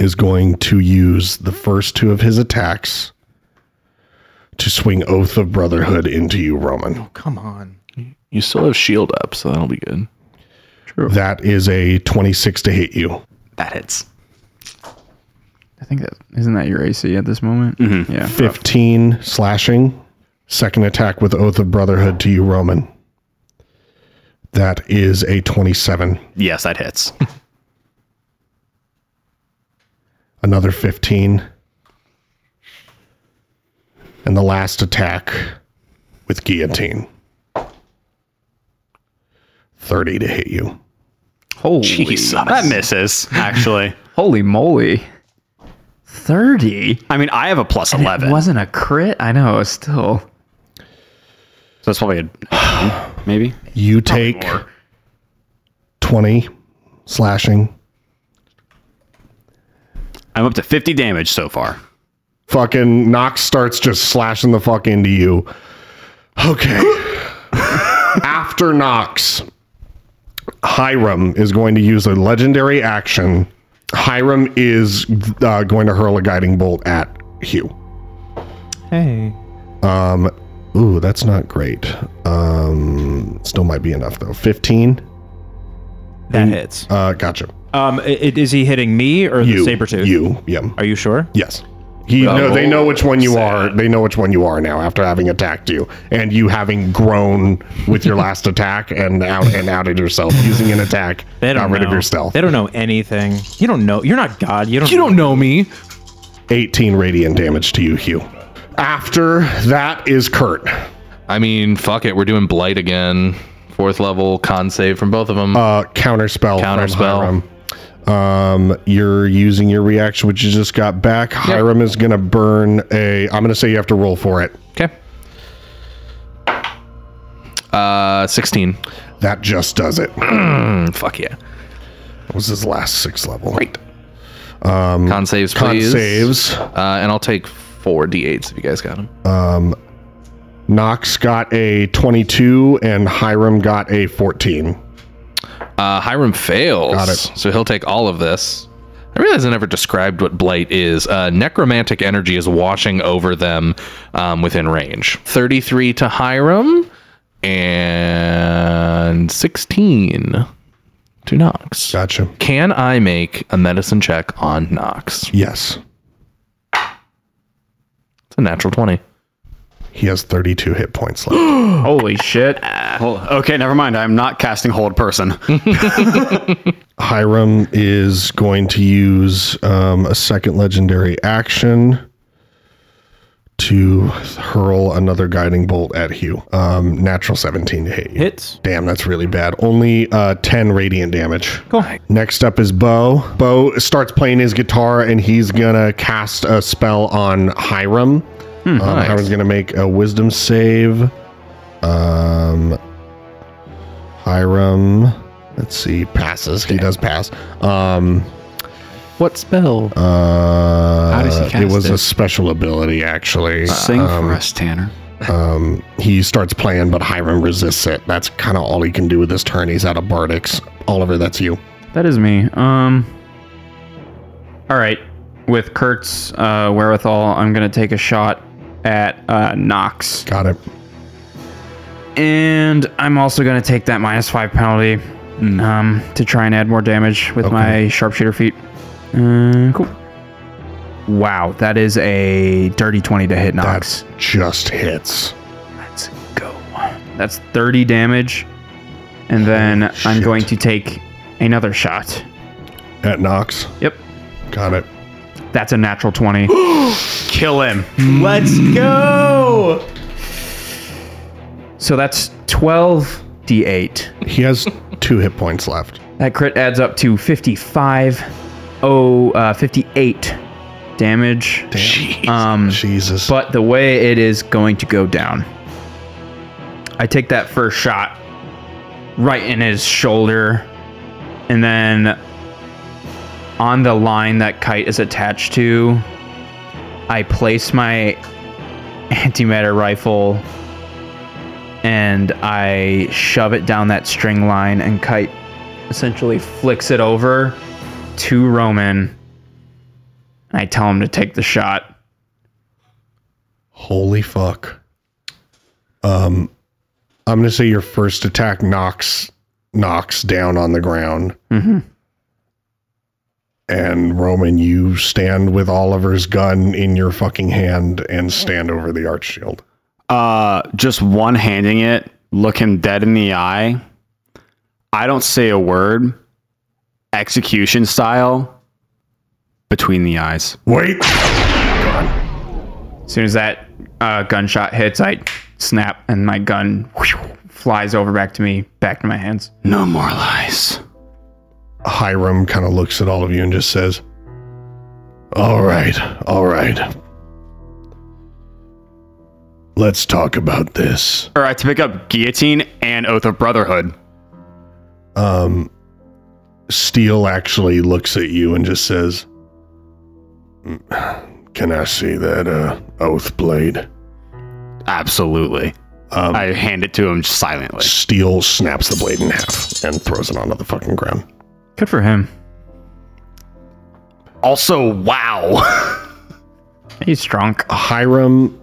A: is going to use the first two of his attacks to swing Oath of Brotherhood into you, Roman.
E: Oh,
D: You still have shield up, so that'll be good.
A: That is a 26 to hit you.
C: That hits.
F: I think that isn't that your AC at this moment. Yeah.
A: 15 slashing. Second attack with Oath of Brotherhood to you, Roman. That is a 27.
C: Yes, that hits.
A: Another 15. And the last attack with Guillotine. 30 to hit you.
F: Holy.
C: that misses, actually.
F: Holy moly. Thirty.
C: I mean, I have a plus 11.
F: It wasn't a crit. I know. Still.
C: so that's probably a maybe.
A: You take 20 slashing.
C: I'm up to 50 damage so far.
A: Fucking Knox starts just slashing the fuck into you. Okay. After Knox, Hiram is going to use a legendary action. Hiram is uh, going to hurl a guiding bolt at Hugh.
B: Hey.
A: Um, ooh, that's not great. Um, still might be enough though. Fifteen.
E: That hits.
A: Uh, gotcha.
E: Um, i- i- is he hitting me or the
A: You,
E: saber tooth?
A: you, yeah,
E: Are you sure?
A: yes. He
B: uh,
A: no, they know which one you are. They know which one you are now after having attacked you and you having grown with your last attack and out and outed yourself using an attack.
B: They don't
A: got rid
B: know.
A: of your stealth.
B: They don't know anything. You don't know. You're not God. You don't.
D: You don't know me.
A: 18 radiant damage to you, Hugh. After that is Kurt.
D: I mean, fuck it. We're doing blight again. Fourth level con save from both of them.
A: Uh, counterspell. from
D: Counterspell.
A: Hiram. Um, you're using your reaction, which you just got back. Hiram is gonna burn a. I'm gonna say you have to roll for it.
D: okay. Uh, sixteen.
A: That just does it. That
D: Mm, Fuck yeah.
A: was his last six level. Right.
D: Mm. Con saves,
A: Con
D: please.
A: saves.
D: Uh, and I'll take four d8s if you guys got them.
A: Knox got a 22 and Hiram got a 14.
D: Uh, Hiram fails.
A: Got it.
D: So he'll take all of this. I realize I never described what blight is. Uh, necromantic energy is washing over them um, within range. 33 to Hiram and 16 to Knox.
A: Gotcha.
D: Can I make a medicine check on Knox?
A: Yes.
D: It's a natural 20.
A: He has 32 hit points left.
F: Holy shit.
C: Hold- okay, never mind. I'm not casting hold person.
A: Hiram is going to use um, a second legendary action to hurl another guiding bolt at Hugh. Um, natural 17 to hit you.
E: Hits.
A: Damn, that's really bad. Only uh, 10 radiant damage. Cool. Next up is Bo. Bo starts playing his guitar and he's going to cast a spell on Hiram.
C: Hmm,
A: um, Hiram's going to make a wisdom save. Um, Hiram, let's see, passes. He does pass. Um,
D: What spell?
A: uh,
C: does he
A: it
C: cast
A: was a
C: it?
A: special ability, actually.
C: Sing for us, Tanner.
A: Um, he starts playing, but Hiram resists it. That's kind of all he can do with this turn. He's out of Bardics. Oliver, that's you.
F: That is me. Um. All right. With Kurt's uh, wherewithal, I'm gonna take a shot at uh, Knox,
A: Got it.
F: and I'm also gonna take that minus five penalty um, to try and add more damage with my sharpshooter feet. Uh, cool. Wow, that is a dirty twenty to hit Knox.
A: That's just hits.
F: Let's go. That's thirty damage, and then I'm
A: shit.
F: going to take another shot.
A: At Knox.
F: Yep,
A: Got it.
F: that's a natural twenty.
E: Kill him. Let's go.
F: So that's 12 d8.
A: He has two hit points left.
F: That crit adds up to 55 oh uh, 58 damage. Um
A: Jesus.
F: but the way it is going to go down. I take that first shot right in his shoulder and then on the line that kite is attached to I place my antimatter rifle and I shove it down that string line and kite essentially flicks it over to Roman and I tell him to take the shot.
A: Holy fuck. Um, I'm gonna say your first attack knocks knocks down on the ground. And Roman, you stand with Oliver's gun in your fucking hand and stand over the arch shield.
C: Uh, just one handing it, look him dead in the eye. I don't say a word. Execution style. Between the eyes.
A: Wait.
F: As soon as that uh, gunshot hits, I snap and my gun whew, flies over back to me, back to my hands.
C: No more lies.
A: Hiram kind of looks at all of you and just says, All right, all right. Let's talk about this.
C: All right, to pick up guillotine and oath of brotherhood.
A: um, Steele actually looks at you and just says, "Can I see that uh, oath blade?"
C: Absolutely.
A: Um,
C: I hand it to him silently.
A: Steele snaps the blade in half and throws it onto the fucking ground.
F: Good for him.
C: Also, wow.
F: He's strong.
A: Hiram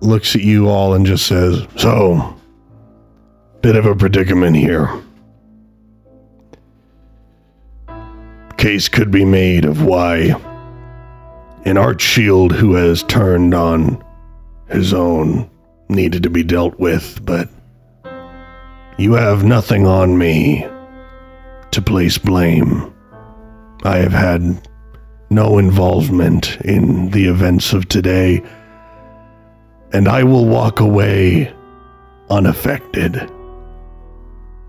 A: looks at you all and just says, So, bit of a predicament here. Case could be made of why an Archshield who has turned on his own needed to be dealt with, but you have nothing on me to place blame. I have had no involvement in the events of today, and I will walk away unaffected.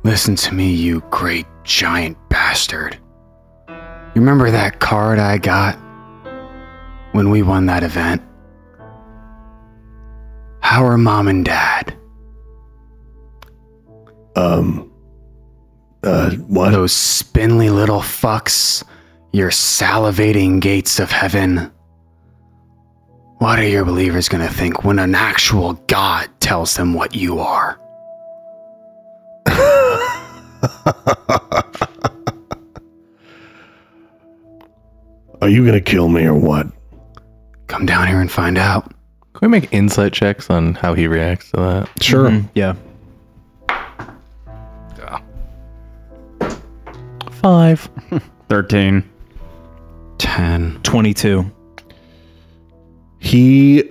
C: Listen to me, you great giant bastard. You remember that card I got when we won that event? How are mom and dad?
A: Um, uh, what?
C: Those spindly little fucks, your salivating gates of heaven. What are your believers gonna think when an actual god tells them what you are?
A: Are you gonna kill me or what?
C: Come down here and find out.
D: Can we make insight checks on how he reacts to that?
A: Sure.
B: Yeah.
D: Five.
F: 13.
C: 10.
E: 22.
A: He,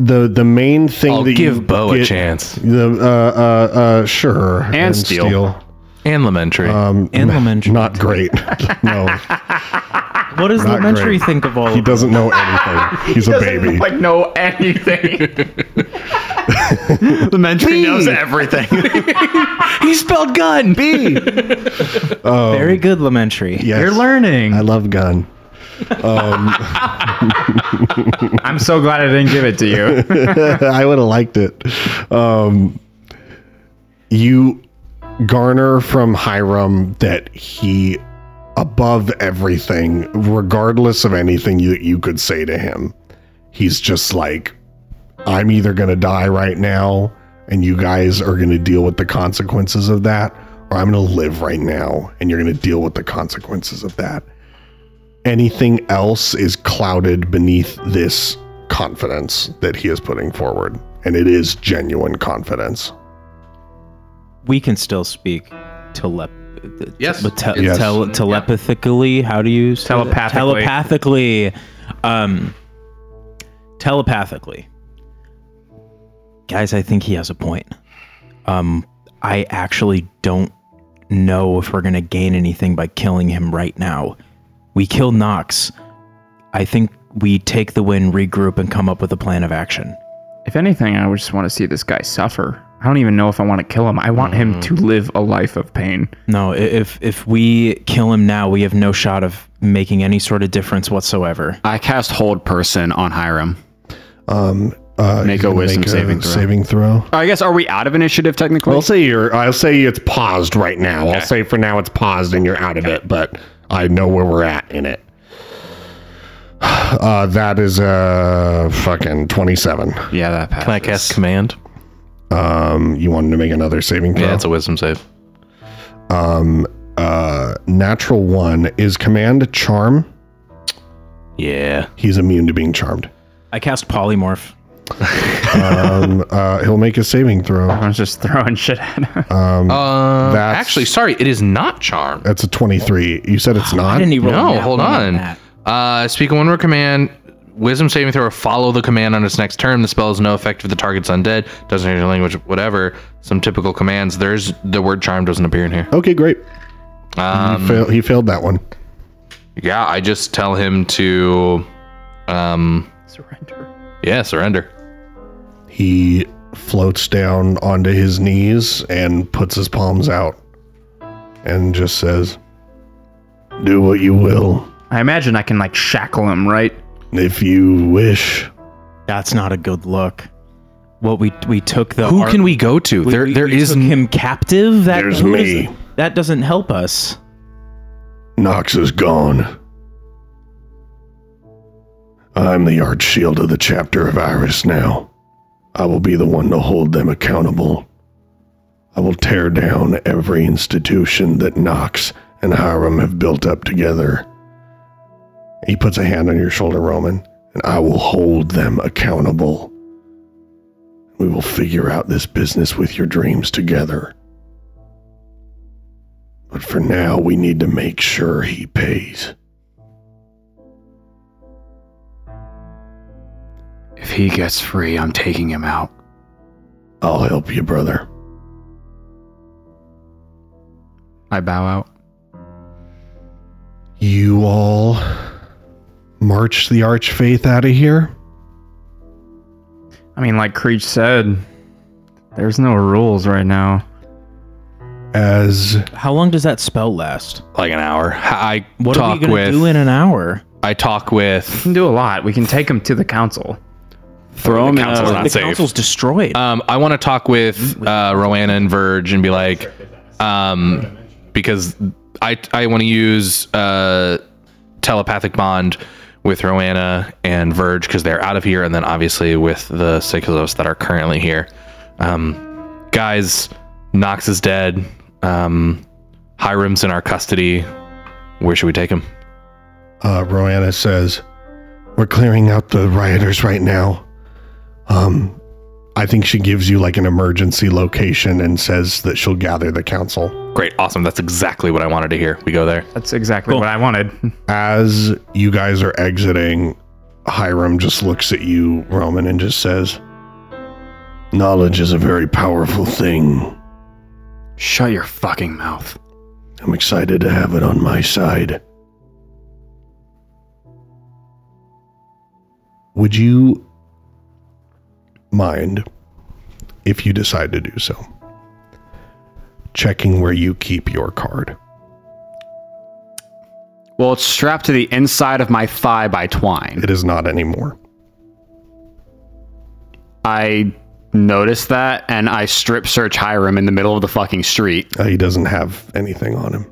A: the the main thing
D: I'll
A: that you
D: give Bo a
A: get-
D: chance.
A: The uh uh uh sure and,
C: steal.
D: And Lamentary.
A: Um,
E: And elementary.
A: not great. no,
E: What does
A: Not
E: elementary
A: great.
E: think of all
A: he
E: of
A: doesn't know anything. He's a baby.
F: Like, know anything.
C: The mentor knows everything.
D: he spelled gun. B.
E: Very good elementary.
A: Yes.
F: You're learning.
A: I love gun.
F: I'm so glad I didn't give it to you.
A: I would have liked it. Um, you garner from Hiram that he, above everything, regardless of anything you, you could say to him, he's just like, I'm either going to die right now and you guys are going to deal with the consequences of that, or I'm going to live right now and you're going to deal with the consequences of that. Anything else is clouded beneath this confidence that he is putting forward. And it is genuine confidence.
E: We can still speak telep.
D: Yes.
E: But te-
A: Yes.
E: tele- telepathically, how do you say that?
F: Telepathically.
E: Telepathically. Um, telepathically. Guys, I think he has a point. Um, I actually don't know if we're going to gain anything by killing him right now. We kill Nox. I think we take the win, regroup, and come up with a plan of action.
F: if anything, I would just want to see this guy suffer. I don't even know if I want to kill him. I want him to live a life of pain.
E: No, i- if if we kill him now, we have no shot of making any sort of difference whatsoever.
C: I cast hold person on Hiram.
A: Um, uh,
C: Make
A: he's
C: a
A: gonna
C: wisdom saving throw.
A: Saving throw.
C: I guess are we out of initiative technically?
A: I'll say you're. I'll say it's paused right now. I'll say for now it's paused and you're out of it. But I know where we're at in it. Uh, that is a fucking twenty-seven.
C: Oh, yeah, that passes.
D: Can I cast command?
A: Um, you wanted to make another saving throw.
D: Yeah, it's a wisdom save.
A: um, uh, natural one is command charm.
D: Yeah.
A: He's immune to being charmed.
E: I cast polymorph.
A: Um, uh, he'll make a saving throw.
F: I was just throwing shit at him.
A: Um,
D: Uh,
A: That's- Uh,
D: actually, sorry, it is not charm.
A: that's a twenty-three. You said it's
E: I
A: not.
E: didn't even roll
D: No,
E: that
D: hold
E: one
D: on.
E: that.
D: Uh, speak a one word command. Wisdom saving throw. or Follow the command on its next turn. The spell has no effect if the target's undead. Doesn't hear your language. Whatever. Some typical commands. There's the word charm doesn't appear in here.
A: Okay, great.
D: Um,
A: Fail, he failed that one.
D: yeah, I just tell him to, um,
F: Surrender.
D: yeah, surrender.
A: He floats down onto his knees and puts his palms out and just says, Do what you will.
F: I imagine I can like shackle him, right?
A: If you wish,
E: That's not a good look. What we we took the
D: Who
E: ar-
D: can we go to?
E: we-
D: there,
E: we-
D: there
E: we
D: is
E: took him captive. That
A: There's
E: who does-
A: me.
E: that doesn't help us.
A: Nox is gone. I'm the Archshield of the chapter of Iris now. I will be the one to hold them accountable. I will tear down every institution that Nox and Hiram have built up together. He puts a hand on your shoulder, Roman, and I will hold them accountable. We will figure out this business with your dreams together. But for now, we need to make sure he pays.
C: If he gets free, I'm taking him out.
A: I'll help you, brother.
C: I bow out.
A: You all march the Archfaith out of here?
F: I mean, like Creech said, there's no rules right now.
A: As
E: How long does that spell last?
D: like an hour. I I
E: What are we
D: talk
E: gonna
D: with.
E: do in an hour?
D: I talk
F: We
D: with.
F: can do a lot. We can take him to the council.
C: Throw him in
D: council's
C: a,
D: not
E: the
D: safe.
E: council's destroyed.
D: Um, I want to talk with uh, Roanna and Verge and be like, um, because I I want to use uh, telepathic bond with Roanna and Verge because they're out of here, and then obviously with the six of us that are currently here. Um, guys, Knox is dead. Um, Hiram's in our custody. Where should we take him?
A: uh, Roanna says, We're clearing out the rioters right now. Um, I think she gives you like an emergency location and says that she'll gather the council.
D: Great, awesome. That's exactly what I wanted to hear. We go there.
F: That's exactly what I wanted.
A: As you guys are exiting, Hiram just looks at you, Roman, and just says, Knowledge is a very powerful thing.
C: Shut your fucking mouth.
A: I'm excited to have it on my side. Would you mind, if you decide to do so, checking where you keep your card?
C: Well, it's strapped to the inside of my thigh by twine.
A: It is not anymore.
C: I notice that and I strip search Hiram in the middle of the fucking street.
A: Uh, he doesn't have anything on him.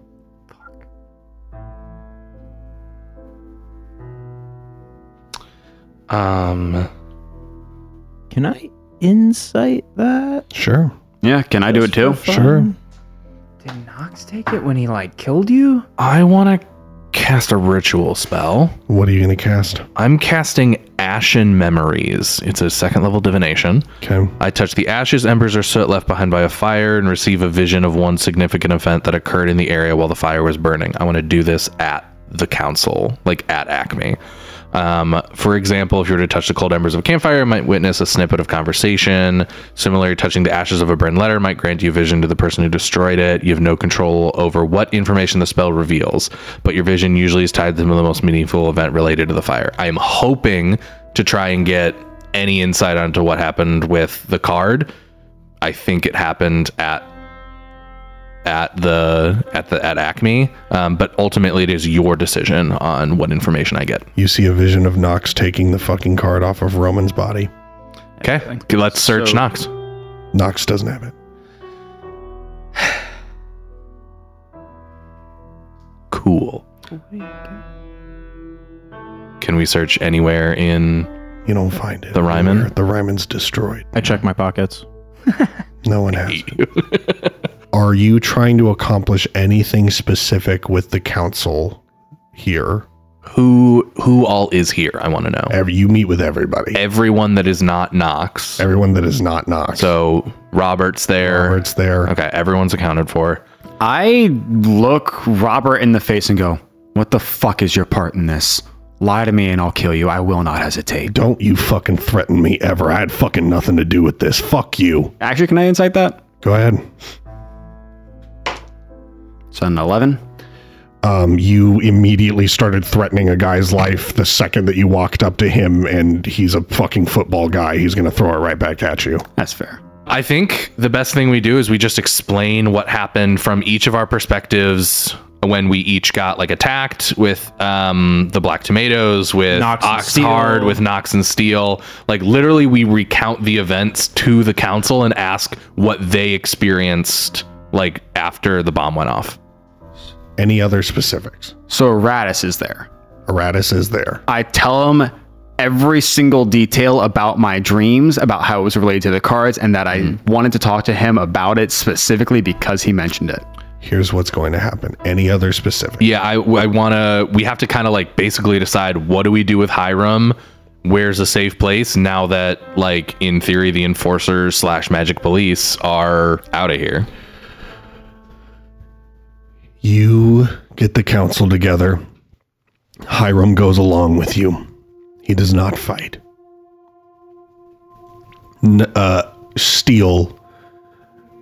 D: Um,
E: Can I insight that?
A: Sure.
C: Yeah, can I do it too?
A: Sure.
F: Did Knox take it when he like killed you?
D: I want to cast a ritual spell.
A: What are you going to cast?
D: I'm casting Ashen Memories. It's a second level divination.
A: Okay.
D: I touch the ashes, embers, or soot left behind by a fire and receive a vision of one significant event that occurred in the area while the fire was burning. I want to do this at the council, like at Acme. Um, for example, if you were to touch the cold embers of a campfire, you might witness a snippet of conversation. Similarly, touching the ashes of a burned letter might grant you vision to the person who destroyed it. You have no control over what information the spell reveals, but your vision usually is tied to the most meaningful event related to the fire. I am hoping to try and get any insight onto what happened with the card. I think it happened at at the at the at Acme, um, but ultimately it is your decision on what information I get.
A: You see a vision of Knox taking the fucking card off of Roman's body.
D: Okay, let's search
C: So-
D: Knox.
A: Knox doesn't have it.
D: Cool. Can we search anywhere in?
A: You don't find it.
D: The Ryman?
A: Anywhere. The Ryman's destroyed.
E: I check my pockets.
A: No one has it. Are you trying to accomplish anything specific with the council here?
D: Who who all is here? I want to know.
A: Every, you meet with everybody.
D: Everyone that is not Knox.
A: Everyone that is not Knox.
D: So Robert's there.
A: Robert's there.
D: Okay, everyone's accounted for.
C: I look Robert in the face and go, What the fuck is your part in this? Lie to me and I'll kill you. I will not hesitate.
A: Don't you fucking threaten me ever. I had fucking nothing to do with this. Fuck you.
C: Actually, can I insight that?
A: Go ahead.
C: So an 11.
A: Um, you immediately started threatening a guy's life the second that you walked up to him, and he's a fucking football guy. He's going to throw it right back at you.
C: That's fair.
D: I think the best thing we do is we just explain what happened from each of our perspectives when we each got like attacked with um, the black tomatoes, with
E: Knox and
D: Ox
E: Steel.
D: Hard, with Knox and Steel. Like literally, we recount the events to the council and ask what they experienced like after the bomb went off.
A: Any other specifics?
C: So Radis is there.
A: Aratus is there.
C: I tell him every single detail about my dreams, about how it was related to the cards, and that I wanted to talk to him about it specifically because he mentioned it.
A: Here's what's going to happen. Any other specifics?
D: Yeah, I, I want to. We have to kind of like basically decide what do we do with Hiram? Where's a safe place now that, like, in theory, the enforcers slash magic police are out of here?
A: You get the council together. Hiram goes along with you. He does not fight. n- uh, Steel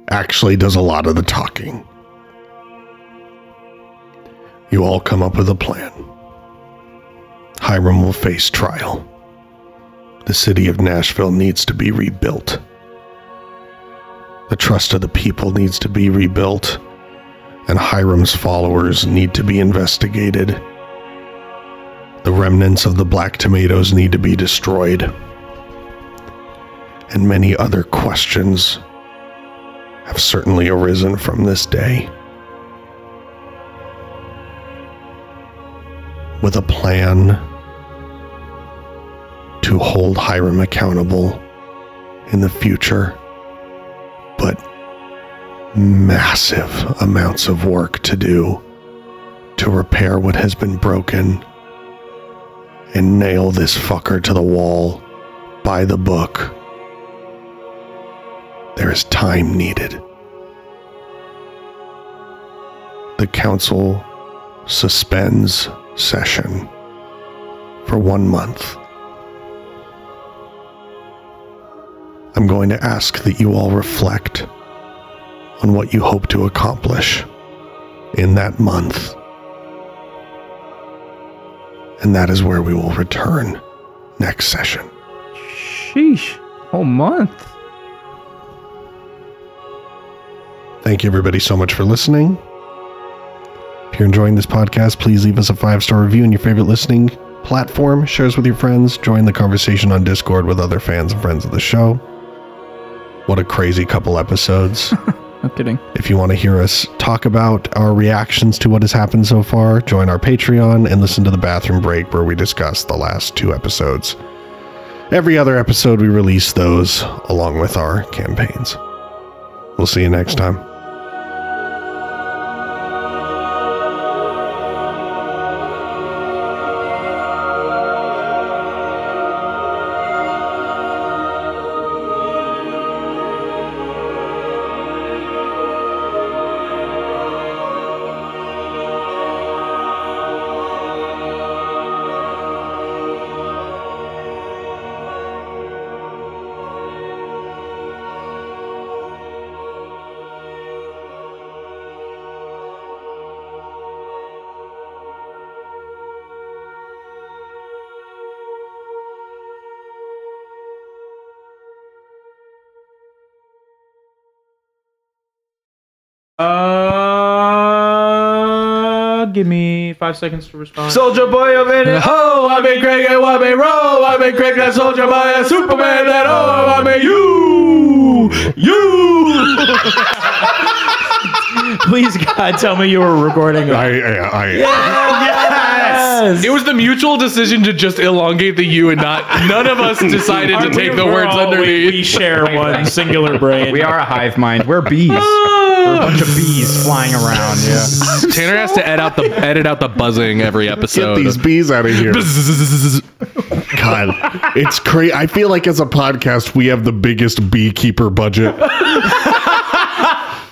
A: actually does a lot of the talking. You all come up with a plan. Hiram will face trial. The city of Nashville needs to be rebuilt. The trust of the people needs to be rebuilt, and Hiram's followers need to be investigated. The remnants of the Black Tomatoes need to be destroyed, and many other questions have certainly arisen from this day. With a plan to hold Hiram accountable in the future, but massive amounts of work to do to repair what has been broken and nail this fucker to the wall by the book. There is time needed. The council suspends session for one month. I'm going to ask that you all reflect on what you hope to accomplish in that month. And that is where we will return next session.
F: Sheesh. Whole month.
A: Thank you, everybody, so much for listening. If you're enjoying this podcast, please leave us a five star review in your favorite listening platform, share us with your friends, join the conversation on Discord with other fans and friends of the show. What a crazy couple episodes.
F: No kidding.
A: If you want to hear us talk about our reactions to what has happened so far, join our Patreon and listen to the bathroom break where we discuss the last two episodes. Every other episode, we release those along with our campaigns. We'll see you next time.
E: Uh, give me five seconds to respond.
F: Soldier boy of it. Oh, I mean Craig, I want me roll. I mean Craig, that soldier boy, a Superman, that oh, I mean you, you.
E: Please, God, tell me you were recording.
A: I, I, I,
D: It was the mutual decision to just elongate the U and not. None of us decided to take the
E: We're
D: words
E: all- we-
D: underneath.
E: We, share one singular brain.
F: We are a hive mind. We're bees. We're a bunch of bees flying around. Yeah.
D: Tanner has to edit out the edit out the buzzing every
A: Get
D: episode.
A: these bees out of here. God, it's crazy. I feel like as a podcast, we have the biggest beekeeper budget.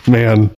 A: Man.